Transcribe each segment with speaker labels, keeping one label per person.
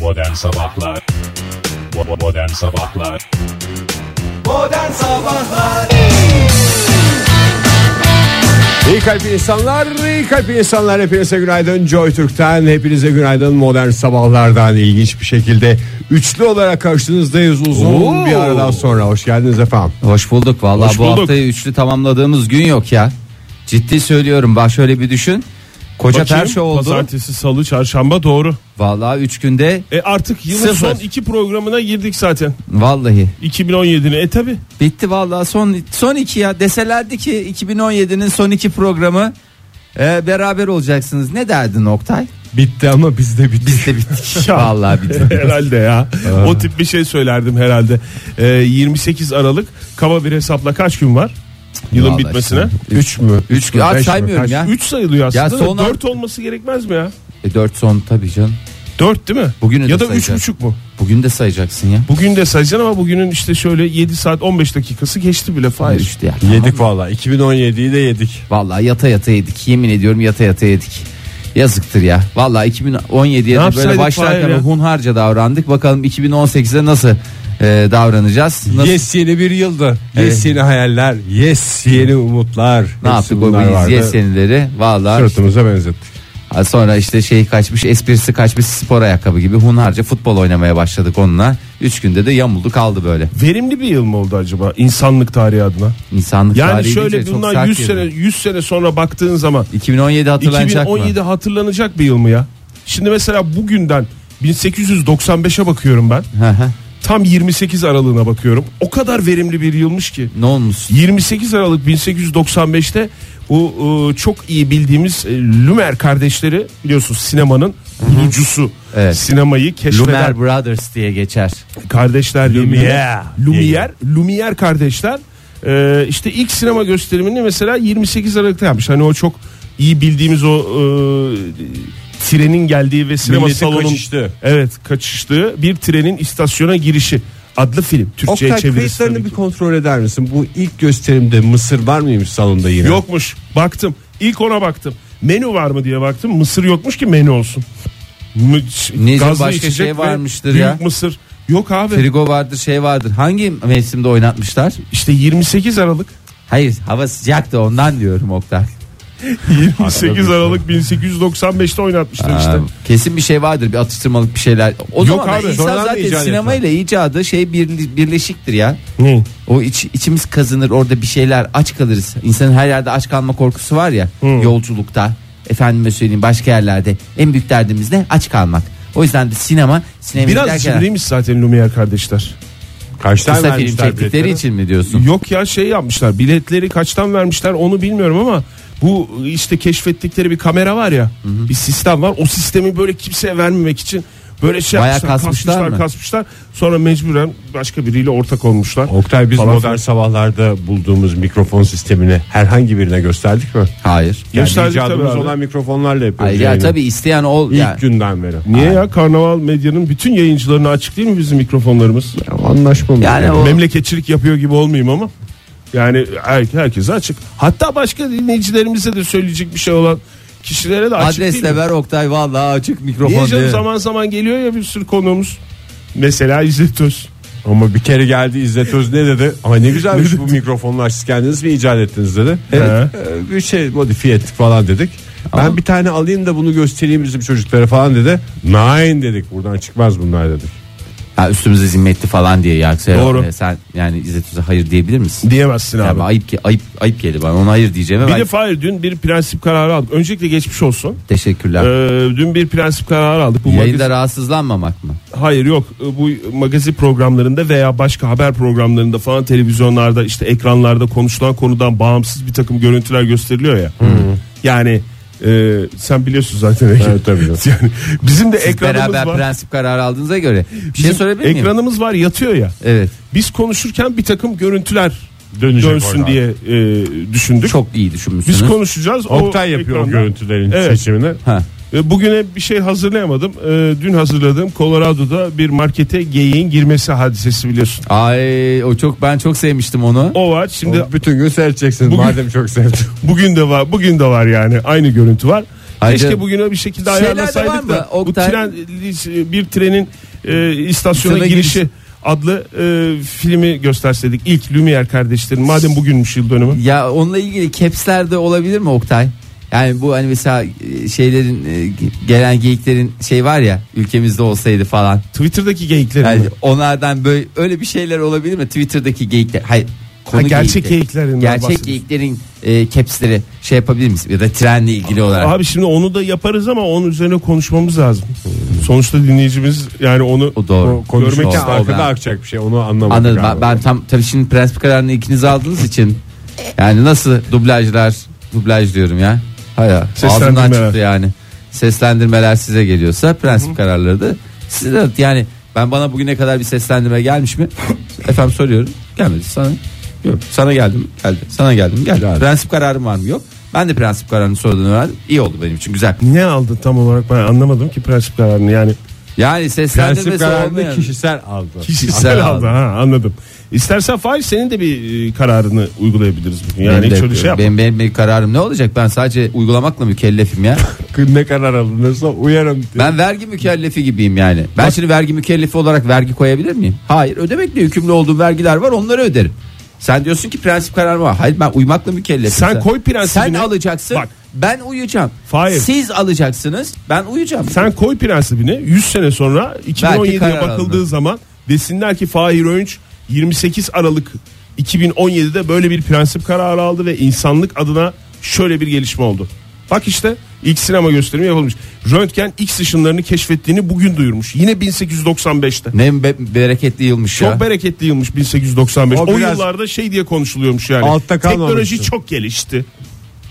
Speaker 1: Modern Sabahlar Bo- Modern Sabahlar
Speaker 2: Modern Sabahlar
Speaker 3: İyi kalp insanlar, iyi kalp insanlar hepinize günaydın. Joy Türk'ten hepinize günaydın. Modern sabahlardan ilginç bir şekilde üçlü olarak karşınızdayız uzun
Speaker 4: Oo.
Speaker 3: bir aradan sonra. Hoş geldiniz efendim.
Speaker 4: Hoş bulduk valla
Speaker 1: Hoş
Speaker 4: bu
Speaker 1: bulduk.
Speaker 4: haftayı üçlü tamamladığımız gün yok ya. Ciddi söylüyorum bak şöyle bir düşün. Koca
Speaker 5: Bakayım,
Speaker 4: perşe şey oldu.
Speaker 5: Pazartesi, salı, çarşamba doğru.
Speaker 4: Valla üç günde
Speaker 5: E artık yılın
Speaker 4: Sıfır.
Speaker 5: son iki programına girdik zaten.
Speaker 4: vallahi
Speaker 5: 2017'ne. E tabi.
Speaker 4: bitti valla son son iki ya deselerdi ki 2017'nin son iki programı e, beraber olacaksınız. Ne derdin Oktay?
Speaker 3: Bitti ama biz de bittik.
Speaker 4: Biz de bittik. Vallahi bittik.
Speaker 5: herhalde ya. o tip bir şey söylerdim herhalde. E, 28 Aralık kaba bir hesapla kaç gün var? Yılın
Speaker 4: Vallahi
Speaker 5: bitmesine.
Speaker 4: işte.
Speaker 3: Üç mü?
Speaker 4: Üç
Speaker 3: mü?
Speaker 4: gün Aa,
Speaker 3: Beş mi?
Speaker 4: saymıyorum
Speaker 3: Kaç?
Speaker 4: ya.
Speaker 5: 3 sayılıyor aslında.
Speaker 4: Ya
Speaker 5: da
Speaker 4: son-
Speaker 5: Dört olması gerekmez mi ya?
Speaker 4: E, dört son tabii canım.
Speaker 5: 4 değil mi?
Speaker 4: Bugünü
Speaker 5: ya
Speaker 4: de
Speaker 5: da üç
Speaker 4: sayacağız.
Speaker 5: buçuk mu?
Speaker 4: Bugün de sayacaksın ya.
Speaker 5: Bugün de sayacaksın ama bugünün işte şöyle 7 saat 15 dakikası geçti bile. Hayır.
Speaker 4: Üçtü ya.
Speaker 3: Yedik valla. 2017'yi de yedik.
Speaker 4: Vallahi yata yata yedik. Yemin ediyorum yata yata yedik. Yazıktır ya. Vallahi 2017'ye
Speaker 5: Ne
Speaker 4: de böyle
Speaker 5: yapsaydık
Speaker 4: başlarken
Speaker 5: Fahir ya?
Speaker 4: hunharca davrandık. Bakalım 2018'de nasıl e, davranacağız? Nasıl,
Speaker 3: Yes yeni bir yıldı. Yes
Speaker 4: Evet.
Speaker 3: yeni hayaller. Yes yeni umutlar.
Speaker 4: ne
Speaker 3: Hepsi
Speaker 4: yaptık
Speaker 3: bunlar
Speaker 4: bu
Speaker 3: vardı.
Speaker 4: yes yenileri? Vallahi
Speaker 3: Sırtımıza benzettik.
Speaker 4: Ha, sonra işte şey kaçmış, esprisi kaçmış spor ayakkabı gibi hunharca futbol oynamaya başladık onunla. Üç günde de yamuldu kaldı böyle.
Speaker 5: Verimli bir yıl mı oldu acaba insanlık tarihi adına?
Speaker 4: İnsanlık
Speaker 5: Yani
Speaker 4: tarihi
Speaker 5: şöyle
Speaker 4: deyince çok
Speaker 5: bundan
Speaker 4: sert
Speaker 5: 100
Speaker 4: geliyor.
Speaker 5: sene 100 sene sonra baktığın zaman
Speaker 4: 2017 hatırlanacak
Speaker 5: 2017
Speaker 4: mı?
Speaker 5: hatırlanacak bir yıl mı ya? Şimdi mesela bugünden 1895'e bakıyorum ben.
Speaker 4: Hı hı.
Speaker 5: Tam 28 Aralık'ına bakıyorum. O kadar verimli bir yılmış ki.
Speaker 4: ne olmuş?
Speaker 5: 28 Aralık 1895'te bu e, çok iyi bildiğimiz e, Lumière kardeşleri biliyorsunuz sinemanın bulucusu.
Speaker 4: Evet.
Speaker 5: Sinemayı keşfeden
Speaker 4: Lumer Brothers diye geçer.
Speaker 5: kardeşler
Speaker 3: Lumière.
Speaker 5: Lumière. Lumière, Lumière kardeşler. Ee, işte ilk sinema gösterimini mesela 28 Aralık'ta yapmış. Hani o çok iyi bildiğimiz o e, trenin geldiği ve sinema
Speaker 3: Milletin
Speaker 5: salonunun
Speaker 3: kaçıştığı.
Speaker 5: evet kaçıştığı bir trenin istasyona girişi adlı film Türkçe'ye
Speaker 3: Oktay
Speaker 5: çevirisi. tabii
Speaker 3: kayıtlarını bir
Speaker 5: ki.
Speaker 3: kontrol eder misin? Bu ilk gösterimde mısır var mıymış salonda yine?
Speaker 5: Yokmuş. Baktım. İlk ona baktım. Menü var mı diye baktım. Mısır yokmuş ki menü olsun. Mı-
Speaker 4: Neyse,
Speaker 5: gazlı
Speaker 4: başka
Speaker 5: içecek
Speaker 4: şey
Speaker 5: ve
Speaker 4: varmıştır
Speaker 5: büyük
Speaker 4: ya.
Speaker 5: mısır. Yok abi.
Speaker 4: Frigo vardır, şey vardır. Hangi mevsimde oynatmışlar?
Speaker 5: İşte 28 Aralık
Speaker 4: Hayır hava sıcaktı ondan diyorum Oktay.
Speaker 5: 28 Aralık 1895'te oynatmışlar işte.
Speaker 4: şey. Aa, kesin bir şey vardır bir atıştırmalık bir şeyler. O
Speaker 5: Yok
Speaker 4: zaman da
Speaker 5: abi,
Speaker 4: insan
Speaker 3: sonradan
Speaker 4: zaten
Speaker 3: icat etme.
Speaker 4: sinemayla icadı şey bir, birleşiktir ya.
Speaker 5: Ne?
Speaker 4: O iç, içimiz kazınır orada bir şeyler aç kalırız. İnsanın her yerde aç kalma korkusu var ya yolculukta efendime söyleyeyim başka yerlerde en büyük derdimiz ne aç kalmak. O yüzden de sinema sinemaya
Speaker 5: E, Biraz
Speaker 4: giderken-
Speaker 5: cimriymiş zaten Lumière kardeşler.
Speaker 3: Kaç tane
Speaker 4: kısa film
Speaker 3: vermişler
Speaker 4: çektikleri
Speaker 3: biletleri?
Speaker 4: için mi diyorsun?
Speaker 5: Yok ya şey yapmışlar biletleri kaçtan vermişler onu bilmiyorum ama bu işte keşfettikleri bir kamera var ya bir sistem var o sistemi böyle kimseye vermemek için böyle şey
Speaker 4: Bayağı
Speaker 5: yapmışlar
Speaker 4: kasmışlar
Speaker 5: kasmışlar,
Speaker 4: mı?
Speaker 5: kasmışlar. sonra mecburen başka biriyle ortak olmuşlar.
Speaker 3: Oktay biz
Speaker 5: Falan
Speaker 3: modern
Speaker 5: filan.
Speaker 3: sabahlarda bulduğumuz mikrofon sistemini herhangi birine gösterdik mi?
Speaker 4: Hayır.
Speaker 3: Yani
Speaker 5: Gösterdik tabii
Speaker 3: icadımız
Speaker 5: abi.
Speaker 3: olan mikrofonlarla yapıyoruz.
Speaker 4: Hayır ya
Speaker 3: yayını.
Speaker 4: tabii isteyen ol.
Speaker 3: İlk
Speaker 4: ya-
Speaker 3: günden beri.
Speaker 5: Niye ya karnaval medyanın bütün yayıncılarına açık değil mi bizim mikrofonlarımız?
Speaker 3: Anlaşmamız.
Speaker 4: Yani E, o-
Speaker 5: Memleketçilik yapıyor gibi olmayayım ama. Yani her, herkese açık. Hatta başka dinleyicilerimize de söyleyecek bir şey olan kişilere de açık değil.
Speaker 4: Adresle
Speaker 5: mi?
Speaker 4: ver Oktay vallahi açık mikrofon.
Speaker 5: Niye canım
Speaker 4: diye.
Speaker 5: zaman zaman geliyor ya bir sürü konuğumuz. Mesela İzzet Öz.
Speaker 3: Ama bir kere geldi İzzet Öz ne dedi? Ay ne güzelmiş bu mikrofonlar siz kendiniz mi icat ettiniz dedi. Evet. e, Bir şey modifiye ettik falan dedik. Ben bir tane alayım da bunu göstereyim bizim çocuklara falan dedi. Nine dedik buradan çıkmaz bunlar dedik.
Speaker 4: Ha, üstümüze zimmetli falan diye yargıya.
Speaker 5: Doğru.
Speaker 4: Sen yani İzzet Öz'e hayır diyebilir misin?
Speaker 5: Diyemezsin
Speaker 4: Yani
Speaker 5: abi.
Speaker 4: ayıp ki ayıp ayıp geldi bana. Ona hayır diyeceğime
Speaker 5: Bir
Speaker 4: ben
Speaker 5: de Fahir dün bir prensip kararı aldık. Öncelikle geçmiş olsun.
Speaker 4: teşekkürler.
Speaker 5: Ee, dün bir prensip kararı aldık. Bu
Speaker 4: Yayında
Speaker 5: magazin-
Speaker 4: rahatsızlanmamak mı?
Speaker 5: Hayır yok E, bu magazin programlarında veya başka haber programlarında falan televizyonlarda işte ekranlarda konuşulan konudan bağımsız bir takım görüntüler gösteriliyor ya. Yani e, sen biliyorsun zaten.
Speaker 3: Evet, tabii.
Speaker 5: yani bizim de ekranımız
Speaker 4: Beraber
Speaker 5: var.
Speaker 4: prensip kararı aldığınıza göre bir şey
Speaker 5: Bizim
Speaker 4: sorabilir miyim?
Speaker 5: Ekranımız var yatıyor ya.
Speaker 4: Evet.
Speaker 5: Biz konuşurken bir takım görüntüler
Speaker 3: Dönecek
Speaker 5: dönsün
Speaker 3: oradan.
Speaker 5: diye e, düşündük.
Speaker 4: Çok iyi
Speaker 5: Biz
Speaker 4: düşünmüşsünüz.
Speaker 5: konuşacağız. o
Speaker 3: Oktay yapıyor o
Speaker 5: ekranda-
Speaker 3: görüntülerin
Speaker 5: Evet.
Speaker 3: seçimini.
Speaker 4: ha.
Speaker 5: E, Bugüne bir şey hazırlayamadım. E, Dün hazırladığım Colorado'da bir markete geyiğin girmesi hadisesi biliyorsun.
Speaker 4: Ay o çok ben çok sevmiştim onu.
Speaker 5: O var. Şimdi
Speaker 3: Bütün gün seyredeceksin
Speaker 5: Bugün-
Speaker 3: madem çok sevdin.
Speaker 5: Bugün de var, bugün de var yani aynı görüntü var.
Speaker 4: Ayrıca-
Speaker 5: Keşke bugüne bir şekilde
Speaker 4: Şeyler de var
Speaker 5: ayarlasaydık
Speaker 4: mı?
Speaker 5: da bu
Speaker 4: Oktay-
Speaker 5: tren bir trenin e, istasyona
Speaker 4: İstasyona
Speaker 5: girişi adlı e, filmi gösterseydik. İlk Lumière kardeşlerin madem bugünmüş yıl dönümü.
Speaker 4: Ya onunla ilgili capsler de olabilir mi Oktay? Yani bu hani mesela e, şeylerin e, gelen geyiklerin şey var ya ülkemizde olsaydı falan.
Speaker 5: Twitter'daki geyiklerin
Speaker 4: Yani
Speaker 5: mi?
Speaker 4: onlardan böyle öyle bir şeyler olabilir mi? Twitter'daki geyikler. Hayır. Konu
Speaker 5: gerçek
Speaker 4: geyikleri.
Speaker 5: geyiklerinden
Speaker 4: Gerçek
Speaker 5: bahsediyorsun.
Speaker 4: geyiklerin e, capsleri şey yapabilir miyiz? Ya da trenle ilgili olarak.
Speaker 5: Abi şimdi onu da yaparız ama onun üzerine konuşmamız lazım. Sonuçta dinleyicimiz yani onu
Speaker 4: O doğru.
Speaker 5: o
Speaker 3: Konuşmak
Speaker 5: görmek
Speaker 4: Doğru.
Speaker 3: için
Speaker 5: ister.
Speaker 3: arkada
Speaker 4: ben-
Speaker 3: akacak bir şey onu anlamadık.
Speaker 4: Anladım.
Speaker 3: galiba.
Speaker 4: Ben, ben tam tabii şimdi prensip kararını ikiniz aldığınız için yani nasıl dublajlar dublaj diyorum ya. Haya ağzımdan
Speaker 5: Seslendirmeler.
Speaker 4: çıktı yani. Seslendirmeler size geliyorsa prensip kararları da size de yani ben bana bugüne kadar bir seslendirme gelmiş mi? Efendim soruyorum. Gelmedi sana. Yok. Sana geldim. Geldi. Sana geldim. Geldi.
Speaker 3: Geldi.
Speaker 4: Prensip kararım var mı? Yok. Ben de prensip kararını sorudan öğrendim. İyi oldu benim için. Güzel.
Speaker 5: Ne aldı tam olarak ben anlamadım ki prensip kararını yani.
Speaker 4: Yani
Speaker 3: prensip
Speaker 4: seslendirmesi
Speaker 3: kararını
Speaker 4: olmayan.
Speaker 3: kişisel aldı.
Speaker 5: Kişisel
Speaker 4: Güzel
Speaker 5: aldı ha anladım. İstersen Fahir senin de bir e, kararını uygulayabiliriz bugün. Yani
Speaker 4: Benim de
Speaker 5: hiç öyle şey yapma.
Speaker 4: benim, benim, benim kararım ne olacak? Ben sadece uygulamakla mükellefim ya.
Speaker 3: Ne karar alınırsa uyarım. diye.
Speaker 4: Ben vergi mükellefi gibiyim yani. Ben şimdi vergi mükellefi olarak vergi koyabilir miyim? Hayır ödemekle yükümlü olduğum vergiler var onları öderim. Sen diyorsun ki prensip kararı var. Hayır ben uymakla mükellefim.
Speaker 5: Sen koy prensibini.
Speaker 4: Sen alacaksın
Speaker 5: Bak.
Speaker 4: ben uyuyacağım.
Speaker 5: Hayır.
Speaker 4: Siz alacaksınız ben uyuyacağım.
Speaker 5: Sen koy prensibini 100 sene sonra
Speaker 4: karar
Speaker 5: 2017'ye bakıldığı
Speaker 4: alınır.
Speaker 5: zaman desinler ki Fahir Öğünç 28 Aralık 2017'de böyle bir prensip kararı aldı ve insanlık adına şöyle bir gelişme oldu. Bak işte ilk sinema gösterimi yapılmış. Röntgen X ışınlarını keşfettiğini bugün duyurmuş. Yine 1895'te.
Speaker 4: Ne be- bereketli yılmış ya.
Speaker 5: Çok bereketli yılmış 1895.
Speaker 3: O
Speaker 5: O,
Speaker 3: biraz-
Speaker 5: yıllarda şey diye konuşuluyormuş yani.
Speaker 3: Altta kalmamıştı.
Speaker 5: Teknoloji çok gelişti.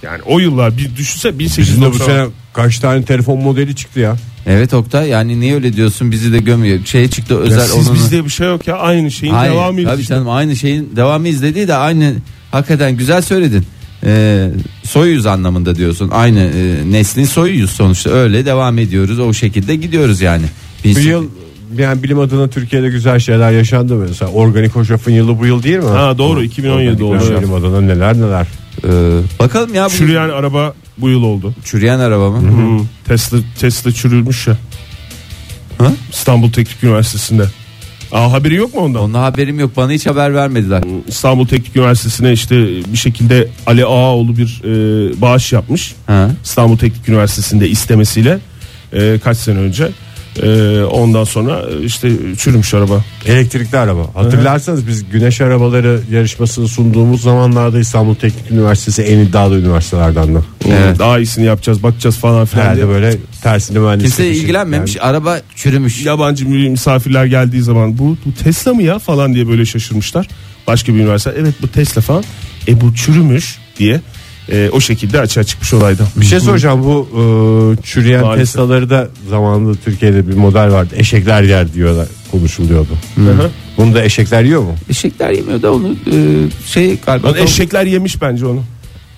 Speaker 5: Yani o yıllar bir düşünse
Speaker 3: Bizim de bu
Speaker 5: 1895.
Speaker 3: sene kaç tane telefon modeli çıktı ya.
Speaker 4: evet Oktay yani niye öyle diyorsun bizi de gömüyor. Şey çıktı
Speaker 5: Ya
Speaker 4: özel
Speaker 5: siz
Speaker 4: onunla-
Speaker 5: bizde bir şey yok ya aynı şeyin
Speaker 4: Hayır,
Speaker 5: devamıydı.
Speaker 4: tabii
Speaker 5: işte.
Speaker 4: canım aynı şeyin devamı izlediği de aynı hakikaten güzel söyledin. Ee, soyuz anlamında diyorsun. Aynı e, neslin soyuyuz sonuçta. Öyle devam ediyoruz. O şekilde gidiyoruz yani. Biz,
Speaker 3: Bu yıl yani bilim adına Türkiye'de güzel şeyler yaşandı mesela. Organik hoşafın yılı bu yıl değil mi?
Speaker 5: Ha doğru 2017
Speaker 3: Organik
Speaker 5: oldu.
Speaker 3: Bilim adına neler neler.
Speaker 4: e, bakalım ya bu çürüyen,
Speaker 5: Çürüyen araba bu yıl oldu.
Speaker 4: araba mı?
Speaker 5: Hı. Tesla Tesla çürülmüş ya.
Speaker 4: Ha?
Speaker 5: İstanbul Teknik Üniversitesi'nde. Aa haberi yok mu ondan?
Speaker 4: Onunla haberim yok. Bana hiç haber vermediler.
Speaker 5: İstanbul Teknik Üniversitesi'ne işte bir şekilde Ali Ağaoğlu bir e, bağış yapmış.
Speaker 4: Ha.
Speaker 5: İstanbul Teknik Üniversitesi'nde istemesiyle e, kaç sene önce. E, ondan sonra işte çürümüş araba.
Speaker 3: Elektrikli araba. Hatırlarsanız biz güneş arabaları yarışmasını sunduğumuz zamanlarda İstanbul Teknik Üniversitesi en iddialı üniversitelerden de.
Speaker 4: Evet.
Speaker 5: Daha iyisini yapacağız bakacağız falan filan. diye.
Speaker 3: Herhalde böyle tersine mühendislik.
Speaker 4: Kimse
Speaker 3: bir şey.
Speaker 4: ilgilenmemiş.
Speaker 3: Yani
Speaker 4: Araba çürümüş.
Speaker 5: yabancı misafirler geldiği zaman bu, bu Tesla mı ya falan diye böyle şaşırmışlar. Başka bir üniversite evet bu Tesla falan. E bu çürümüş diye e, o şekilde açığa çıkmış olaydı.
Speaker 3: bir şey soracağım bu e, çürüyen
Speaker 5: Maalesef.
Speaker 3: Tesla'ları da zamanında Türkiye'de bir model vardı. Eşekler yer diyorlar konuşuluyordu.
Speaker 5: Hı.
Speaker 3: Bunu da eşekler yiyor mu?
Speaker 4: Eşekler yemiyor da onu e, şey galiba.
Speaker 5: Lan eşekler yemiş bence onu.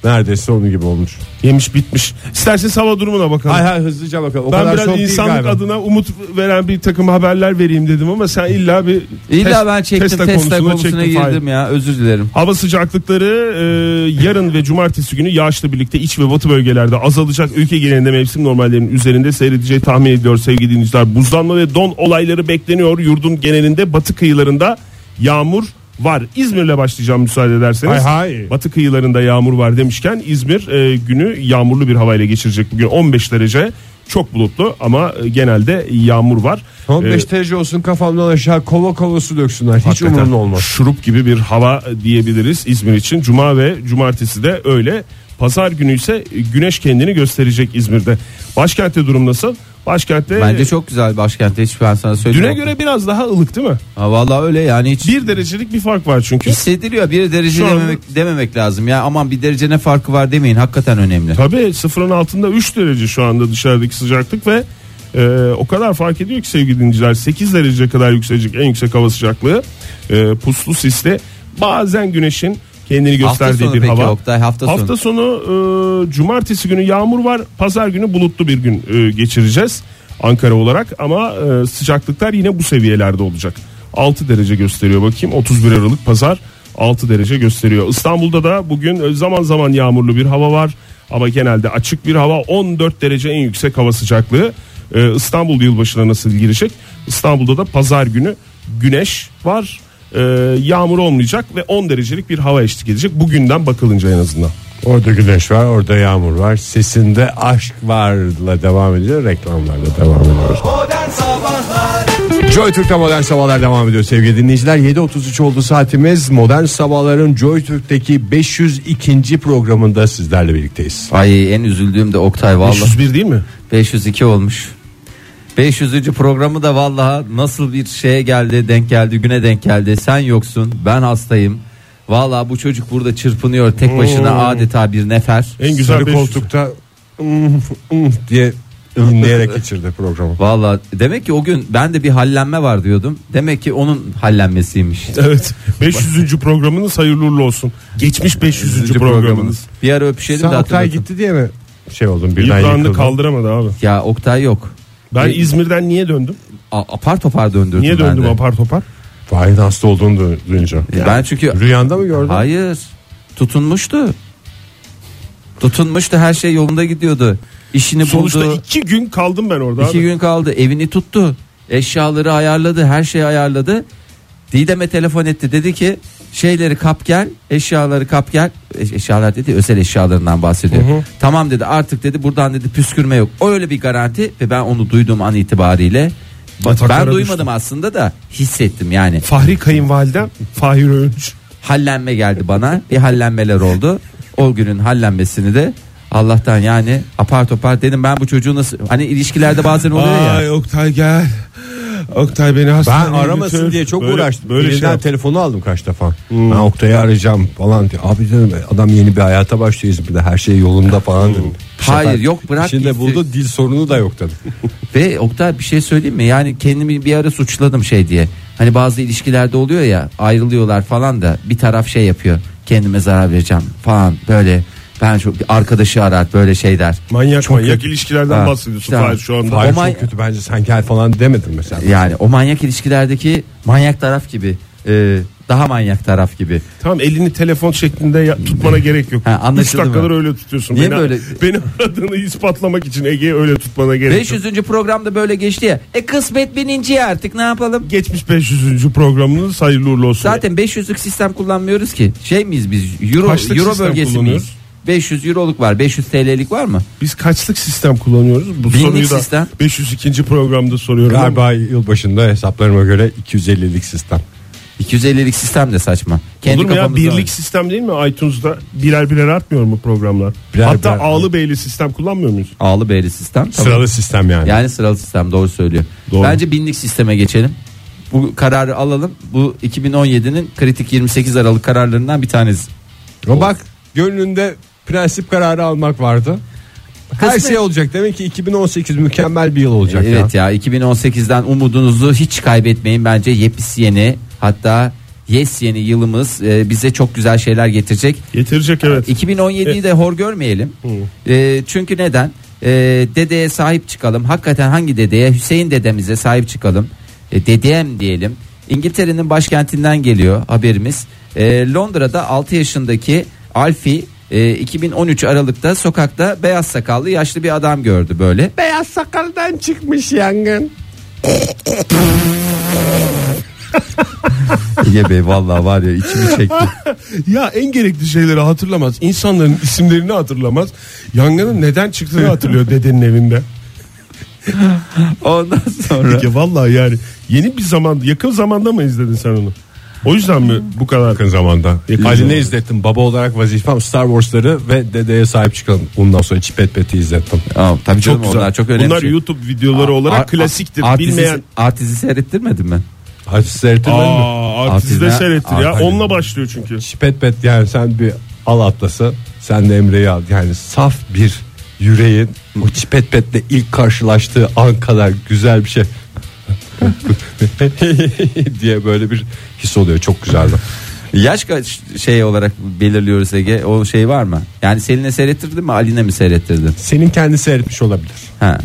Speaker 3: Neredeyse onun gibi olmuş.
Speaker 5: Yemiş bitmiş. İsterseniz hava durumuna bakalım.
Speaker 3: Hay hay hızlıca bakalım. O
Speaker 5: ben
Speaker 3: kadar
Speaker 5: biraz
Speaker 3: şok değil
Speaker 5: insanlık
Speaker 3: galiba.
Speaker 5: adına umut veren bir takım haberler vereyim dedim ama sen illa bir
Speaker 4: İlla
Speaker 5: Tes-
Speaker 4: ben çektim Tesla,
Speaker 5: konusuna
Speaker 4: konusuna,
Speaker 5: çektin,
Speaker 4: girdim
Speaker 5: Fahir.
Speaker 4: ya. Özür dilerim.
Speaker 5: Hava sıcaklıkları e, yarın ve cumartesi günü yağışla birlikte iç ve batı bölgelerde azalacak. Ülke genelinde mevsim normallerinin üzerinde seyredeceği tahmin ediliyor sevgili dinleyiciler. Buzlanma ve don olayları bekleniyor. Yurdun genelinde batı kıyılarında yağmur var. İzmir'le başlayacağım müsaade ederseniz.
Speaker 3: Hay hay.
Speaker 5: Batı kıyılarında yağmur var demişken İzmir e, günü yağmurlu bir havayla geçirecek. Bugün 15 derece çok bulutlu ama e, genelde yağmur var.
Speaker 3: 15
Speaker 5: E,
Speaker 3: derece olsun kafamdan aşağı kova kova su döksünler. Hiç
Speaker 5: Hakikaten
Speaker 3: umurumda olmaz.
Speaker 5: Şurup gibi bir hava diyebiliriz İzmir için. Cuma ve cumartesi de öyle. Pazar günü ise güneş kendini gösterecek İzmir'de. Başkentte durum nasıl? Başkentte
Speaker 4: Bence çok güzel başkentte hiç ben sana söyleyeyim.
Speaker 5: Ee, düne göre biraz daha ılık değil mi?
Speaker 4: Ha vallahi öyle yani hiç
Speaker 5: Bir derecelik bir fark var çünkü.
Speaker 4: hissediliyor. Bir derece
Speaker 5: Şu anda-
Speaker 4: dememek, dememek lazım ya. Aman bir derece ne farkı var demeyin. Hakikaten önemli.
Speaker 5: Tabii sıfırın altında 3 derece şu anda dışarıdaki sıcaklık ve e, o kadar fark ediyor ki sevgili dinleyiciler 8 derece kadar yükselecek en yüksek hava sıcaklığı E, puslu sisli bazen güneşin kendini
Speaker 4: Hafta
Speaker 5: gösterdiği
Speaker 4: sonu
Speaker 5: bir
Speaker 4: peki
Speaker 5: hava.
Speaker 4: Oktay hafta,
Speaker 5: Hafta
Speaker 4: sonu.
Speaker 5: sonu e, cumartesi günü yağmur var. Pazar günü bulutlu bir gün e, geçireceğiz Ankara olarak ama e, sıcaklıklar yine bu seviyelerde olacak. 6 derece gösteriyor bakayım. 31 Aralık pazar 6 derece gösteriyor. İstanbul'da da bugün e, zaman zaman yağmurlu bir hava var ama genelde açık bir hava 14 derece en yüksek hava sıcaklığı. Ee, İstanbul yılbaşına nasıl girecek? İstanbul'da da pazar günü güneş var. Ee, yağmur olmayacak ve 10 derecelik bir hava eşlik edecek. Bugünden bakılınca en azından.
Speaker 3: Orada güneş var, orada yağmur var. Sesinde aşk varla devam ediyor, reklamlarla devam ediyor.
Speaker 2: Modern Sabahlar
Speaker 3: Joy Türk'te modern sabahlar devam ediyor sevgili dinleyiciler. 7.33 oldu saatimiz. Modern sabahların Joy Türk'teki 502. programında sizlerle birlikteyiz.
Speaker 4: Ay en üzüldüğüm de Oktay vallahi
Speaker 5: 501 değil mi?
Speaker 4: 502 olmuş. 500. programı da vallahi nasıl bir şeye geldi, denk geldi, güne denk geldi. Sen yoksun, ben hastayım. Vallahi bu çocuk burada çırpınıyor tek başına adeta bir nefer.
Speaker 5: En güzel
Speaker 3: Sarı
Speaker 5: 500.
Speaker 3: koltukta "Mm, mm" diye dinleyerek geçirdi programı.
Speaker 4: Vallahi demek ki o gün ben de bir hallenme var diyordum. Demek ki onun hallenmesiymiş.
Speaker 5: Evet. 500. programınız hayırlı uğurlu olsun. Geçmiş 500. programınız.
Speaker 4: Bir ara öpüşelim
Speaker 3: Sen
Speaker 4: de
Speaker 3: Oktay
Speaker 4: hatırlatın.
Speaker 3: gitti diye mi şey oldun birden
Speaker 5: Yıprandı
Speaker 3: yıkıldın?
Speaker 5: kaldıramadı abi.
Speaker 4: Ya Oktay yok.
Speaker 5: Ben İzmir'den niye döndüm?
Speaker 4: A- apar topar döndürdüm
Speaker 5: Niye
Speaker 4: ben
Speaker 5: döndüm
Speaker 4: de.
Speaker 5: apar topar?
Speaker 3: Fahir hasta olduğunu du- duyunca.
Speaker 4: Ben çünkü
Speaker 3: Rüyanda mı gördün?
Speaker 4: Hayır. Tutunmuştu. Tutunmuştu her şey yolunda gidiyordu. İşini
Speaker 5: Sonuçta
Speaker 4: buldu.
Speaker 5: iki gün kaldım ben orada
Speaker 4: İki
Speaker 5: abi.
Speaker 4: gün kaldı. Evini tuttu. Eşyaları ayarladı. Her şeyi ayarladı. Didem'e telefon etti. Dedi ki şeyleri kap gel. Eşyaları kap gel. E- Eşyalar dedi özel eşyalarından bahsediyor. Tamam dedi artık dedi buradan dedi püskürme yok. O öyle bir garanti ve ben onu duyduğum an itibariyle.
Speaker 5: Bataklara
Speaker 4: ben duymadım
Speaker 5: düştüm.
Speaker 4: aslında da hissettim yani.
Speaker 5: Fahri kayınvalidem Fahir Öğünç.
Speaker 4: hallenme geldi bana. Bir hallenmeler oldu. O günün hallenmesini de Allah'tan yani apar topar dedim ben bu çocuğu nasıl hani ilişkilerde bazen oluyor ya.
Speaker 5: Oktay gel. Oktay beni hastaneye
Speaker 3: Ben aramasın
Speaker 5: götür.
Speaker 3: diye çok
Speaker 5: Böyle-
Speaker 3: uğraştım.
Speaker 5: Böyle şey
Speaker 3: Elinden
Speaker 5: yap-
Speaker 3: telefonu aldım kaç defa. Ben Oktay'ı arayacağım falan diye. Abi dedim adam yeni bir hayata başlıyor İzmir'de. Her şey yolunda falan dedim. şey Bu
Speaker 4: Hayır,
Speaker 3: sefer
Speaker 4: yok, bırak
Speaker 3: İçinde
Speaker 4: gitsin.
Speaker 3: buldu dil sorunu da yok dedim.
Speaker 4: Ve Oktay bir şey söyleyeyim mi? Yani kendimi bir ara suçladım şey diye. Hani bazı ilişkilerde oluyor ya ayrılıyorlar falan da bir taraf şey yapıyor. Kendime zarar vereceğim falan böyle. Ben çok bir arkadaşı arar böyle şey der.
Speaker 5: Manyak manyak
Speaker 4: kötü.
Speaker 5: ilişkilerden
Speaker 4: Ha,
Speaker 5: bahsediyorsun
Speaker 4: işte-
Speaker 5: Fahir şu anda.
Speaker 4: Fahir-
Speaker 3: Hayır
Speaker 4: Ama-
Speaker 3: çok kötü bence sen gel falan demedim mesela.
Speaker 4: Yani o manyak ilişkilerdeki manyak taraf gibi. e, daha manyak taraf gibi.
Speaker 5: Tamam elini telefon şeklinde ya- tutmana gerek yok.
Speaker 4: Ha,
Speaker 5: 3
Speaker 4: anlaşıldı
Speaker 5: dakikadır
Speaker 4: mı?
Speaker 5: öyle tutuyorsun.
Speaker 4: Niye
Speaker 5: beni,
Speaker 4: böyle-
Speaker 5: Beni aradığını ispatlamak için Ege'ye öyle tutmana gerek yok.
Speaker 4: 500. programda böyle geçti ya. E kısmet bininciye artık ne yapalım?
Speaker 5: Geçmiş 500. programınız hayırlı uğurlu olsun.
Speaker 4: Zaten 500'lük sistem kullanmıyoruz ki. Şey miyiz biz? Euro,
Speaker 5: Kaçlık
Speaker 4: Euro
Speaker 5: sistem
Speaker 4: bölgesi
Speaker 5: kullanıyoruz?
Speaker 4: miyiz? 500 euroluk var. 500 TL'lik var mı?
Speaker 5: Biz kaçlık sistem kullanıyoruz? Bu
Speaker 4: Binlik
Speaker 5: soruyu da
Speaker 4: sistem.
Speaker 5: 502. programda soruyorum. ama
Speaker 3: Galiba yılbaşında hesaplarıma göre 250'lik sistem.
Speaker 4: 250'lik sistem de saçma. Kendi
Speaker 5: Olur mu ya
Speaker 4: kafamızda
Speaker 5: birlik
Speaker 4: oynuyoruz.
Speaker 5: sistem değil mi iTunes'da birer birer artmıyor mu programlar?
Speaker 3: Birer
Speaker 5: Hatta
Speaker 3: birer.
Speaker 5: ağlı beyli sistem kullanmıyor muyuz?
Speaker 4: Ağlı B'li sistem. Tamam.
Speaker 3: Sıralı sistem yani.
Speaker 4: Yani sıralı sistem doğru söylüyor.
Speaker 5: Doğru.
Speaker 4: Bence binlik sisteme geçelim. Bu kararı alalım. Bu 2017'nin kritik 28 Aralık kararlarından bir tanesi.
Speaker 3: Ama bak gönlünde prensip kararı almak vardı. Her
Speaker 4: Kısmet.
Speaker 3: şey olacak. Demek ki 2018 mükemmel bir yıl olacak ya.
Speaker 4: E, Evet ya. 2018'den umudunuzu hiç kaybetmeyin bence yepis yeni hatta yes yeni yılımız e, bize çok güzel şeyler getirecek.
Speaker 5: Getirecek evet.
Speaker 4: 2017'yi de hor görmeyelim. E, çünkü neden? E, dedeye sahip çıkalım. Hakikaten hangi dedeye? Hüseyin dedemize sahip çıkalım. E, dedem diyelim. İngiltere'nin başkentinden geliyor haberimiz. E, Londra'da 6 yaşındaki Alfie e, 2013 Aralık'ta sokakta beyaz sakallı yaşlı bir adam gördü böyle.
Speaker 3: Beyaz sakaldan çıkmış yangın.
Speaker 4: Ege Bey vallahi var ya içimi çekti.
Speaker 5: Ya en gerekli şeyleri hatırlamaz. İnsanların isimlerini hatırlamaz. Yangının neden çıktığını hatırlıyor dedenin evinde.
Speaker 4: Ondan sonra
Speaker 5: Peki vallahi yani yeni bir zaman yakın zamanda mı izledin sen onu? O yüzden mi bu kadar?
Speaker 3: Yakın zamanda.
Speaker 5: Yakın
Speaker 3: Ali
Speaker 5: zamanda.
Speaker 3: ne izlettim? Baba olarak vazifem Star Wars'ları ve dedeye sahip çıkalım. Ondan sonra Çipet Pet'i izlettim.
Speaker 4: Aa, tabii canım
Speaker 5: güzel.
Speaker 4: onlar çok önemli.
Speaker 5: Bunlar
Speaker 4: şey.
Speaker 5: YouTube videoları olarak
Speaker 4: Ar-
Speaker 5: klasiktir.
Speaker 4: Ar- Artiz'i-
Speaker 5: Bilmeyen
Speaker 4: Artiz'i seyrettirmedin mi?
Speaker 3: Hafif seyrettirmedin mi?
Speaker 5: Aa, artisti de
Speaker 4: Artiz'de-
Speaker 5: seyrettir ya.
Speaker 3: Artiz'de.
Speaker 5: Onunla başlıyor çünkü.
Speaker 3: Çipet Pet yani sen bir al atlası. Sen de Emre'yi al. Yani saf bir yüreğin o Çipet Pet'le ilk karşılaştığı an kadar güzel bir şey. diye böyle bir his oluyor. Çok güzeldi.
Speaker 4: Yaş kaç şey olarak belirliyoruz Ege. O şey var mı? Yani Selin'e seyrettirdin mi? Aline mi seyrettirdin?
Speaker 3: Senin kendi seyretmiş olabilir.
Speaker 4: Ha.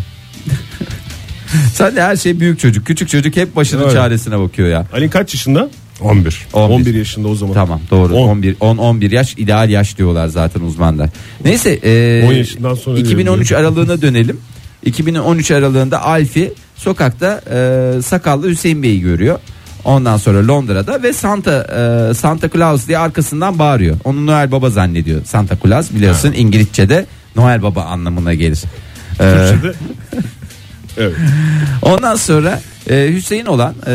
Speaker 4: Sen de her şey büyük çocuk. Küçük çocuk hep başının
Speaker 3: Öyle.
Speaker 4: çaresine bakıyor ya.
Speaker 5: Ali kaç yaşında? 11. 11,
Speaker 4: 11.
Speaker 5: yaşında o zaman.
Speaker 4: Tamam doğru.
Speaker 5: 10.
Speaker 4: 11 10 11 yaş ideal yaş diyorlar zaten uzmanlar. Neyse e,
Speaker 5: 10 yaşından sonra
Speaker 4: 2013 aralığına dönelim. 2013 aralığında Alfi sokakta e, sakallı Hüseyin Bey'i görüyor. Ondan sonra Londra'da ve Santa e, Santa Claus diye arkasından bağırıyor. Onu Noel Baba zannediyor. Santa Claus biliyorsun İngilizce'de Noel Baba anlamına gelir. E,
Speaker 5: Türkçe'de- evet.
Speaker 4: Ondan sonra e, Hüseyin olan e,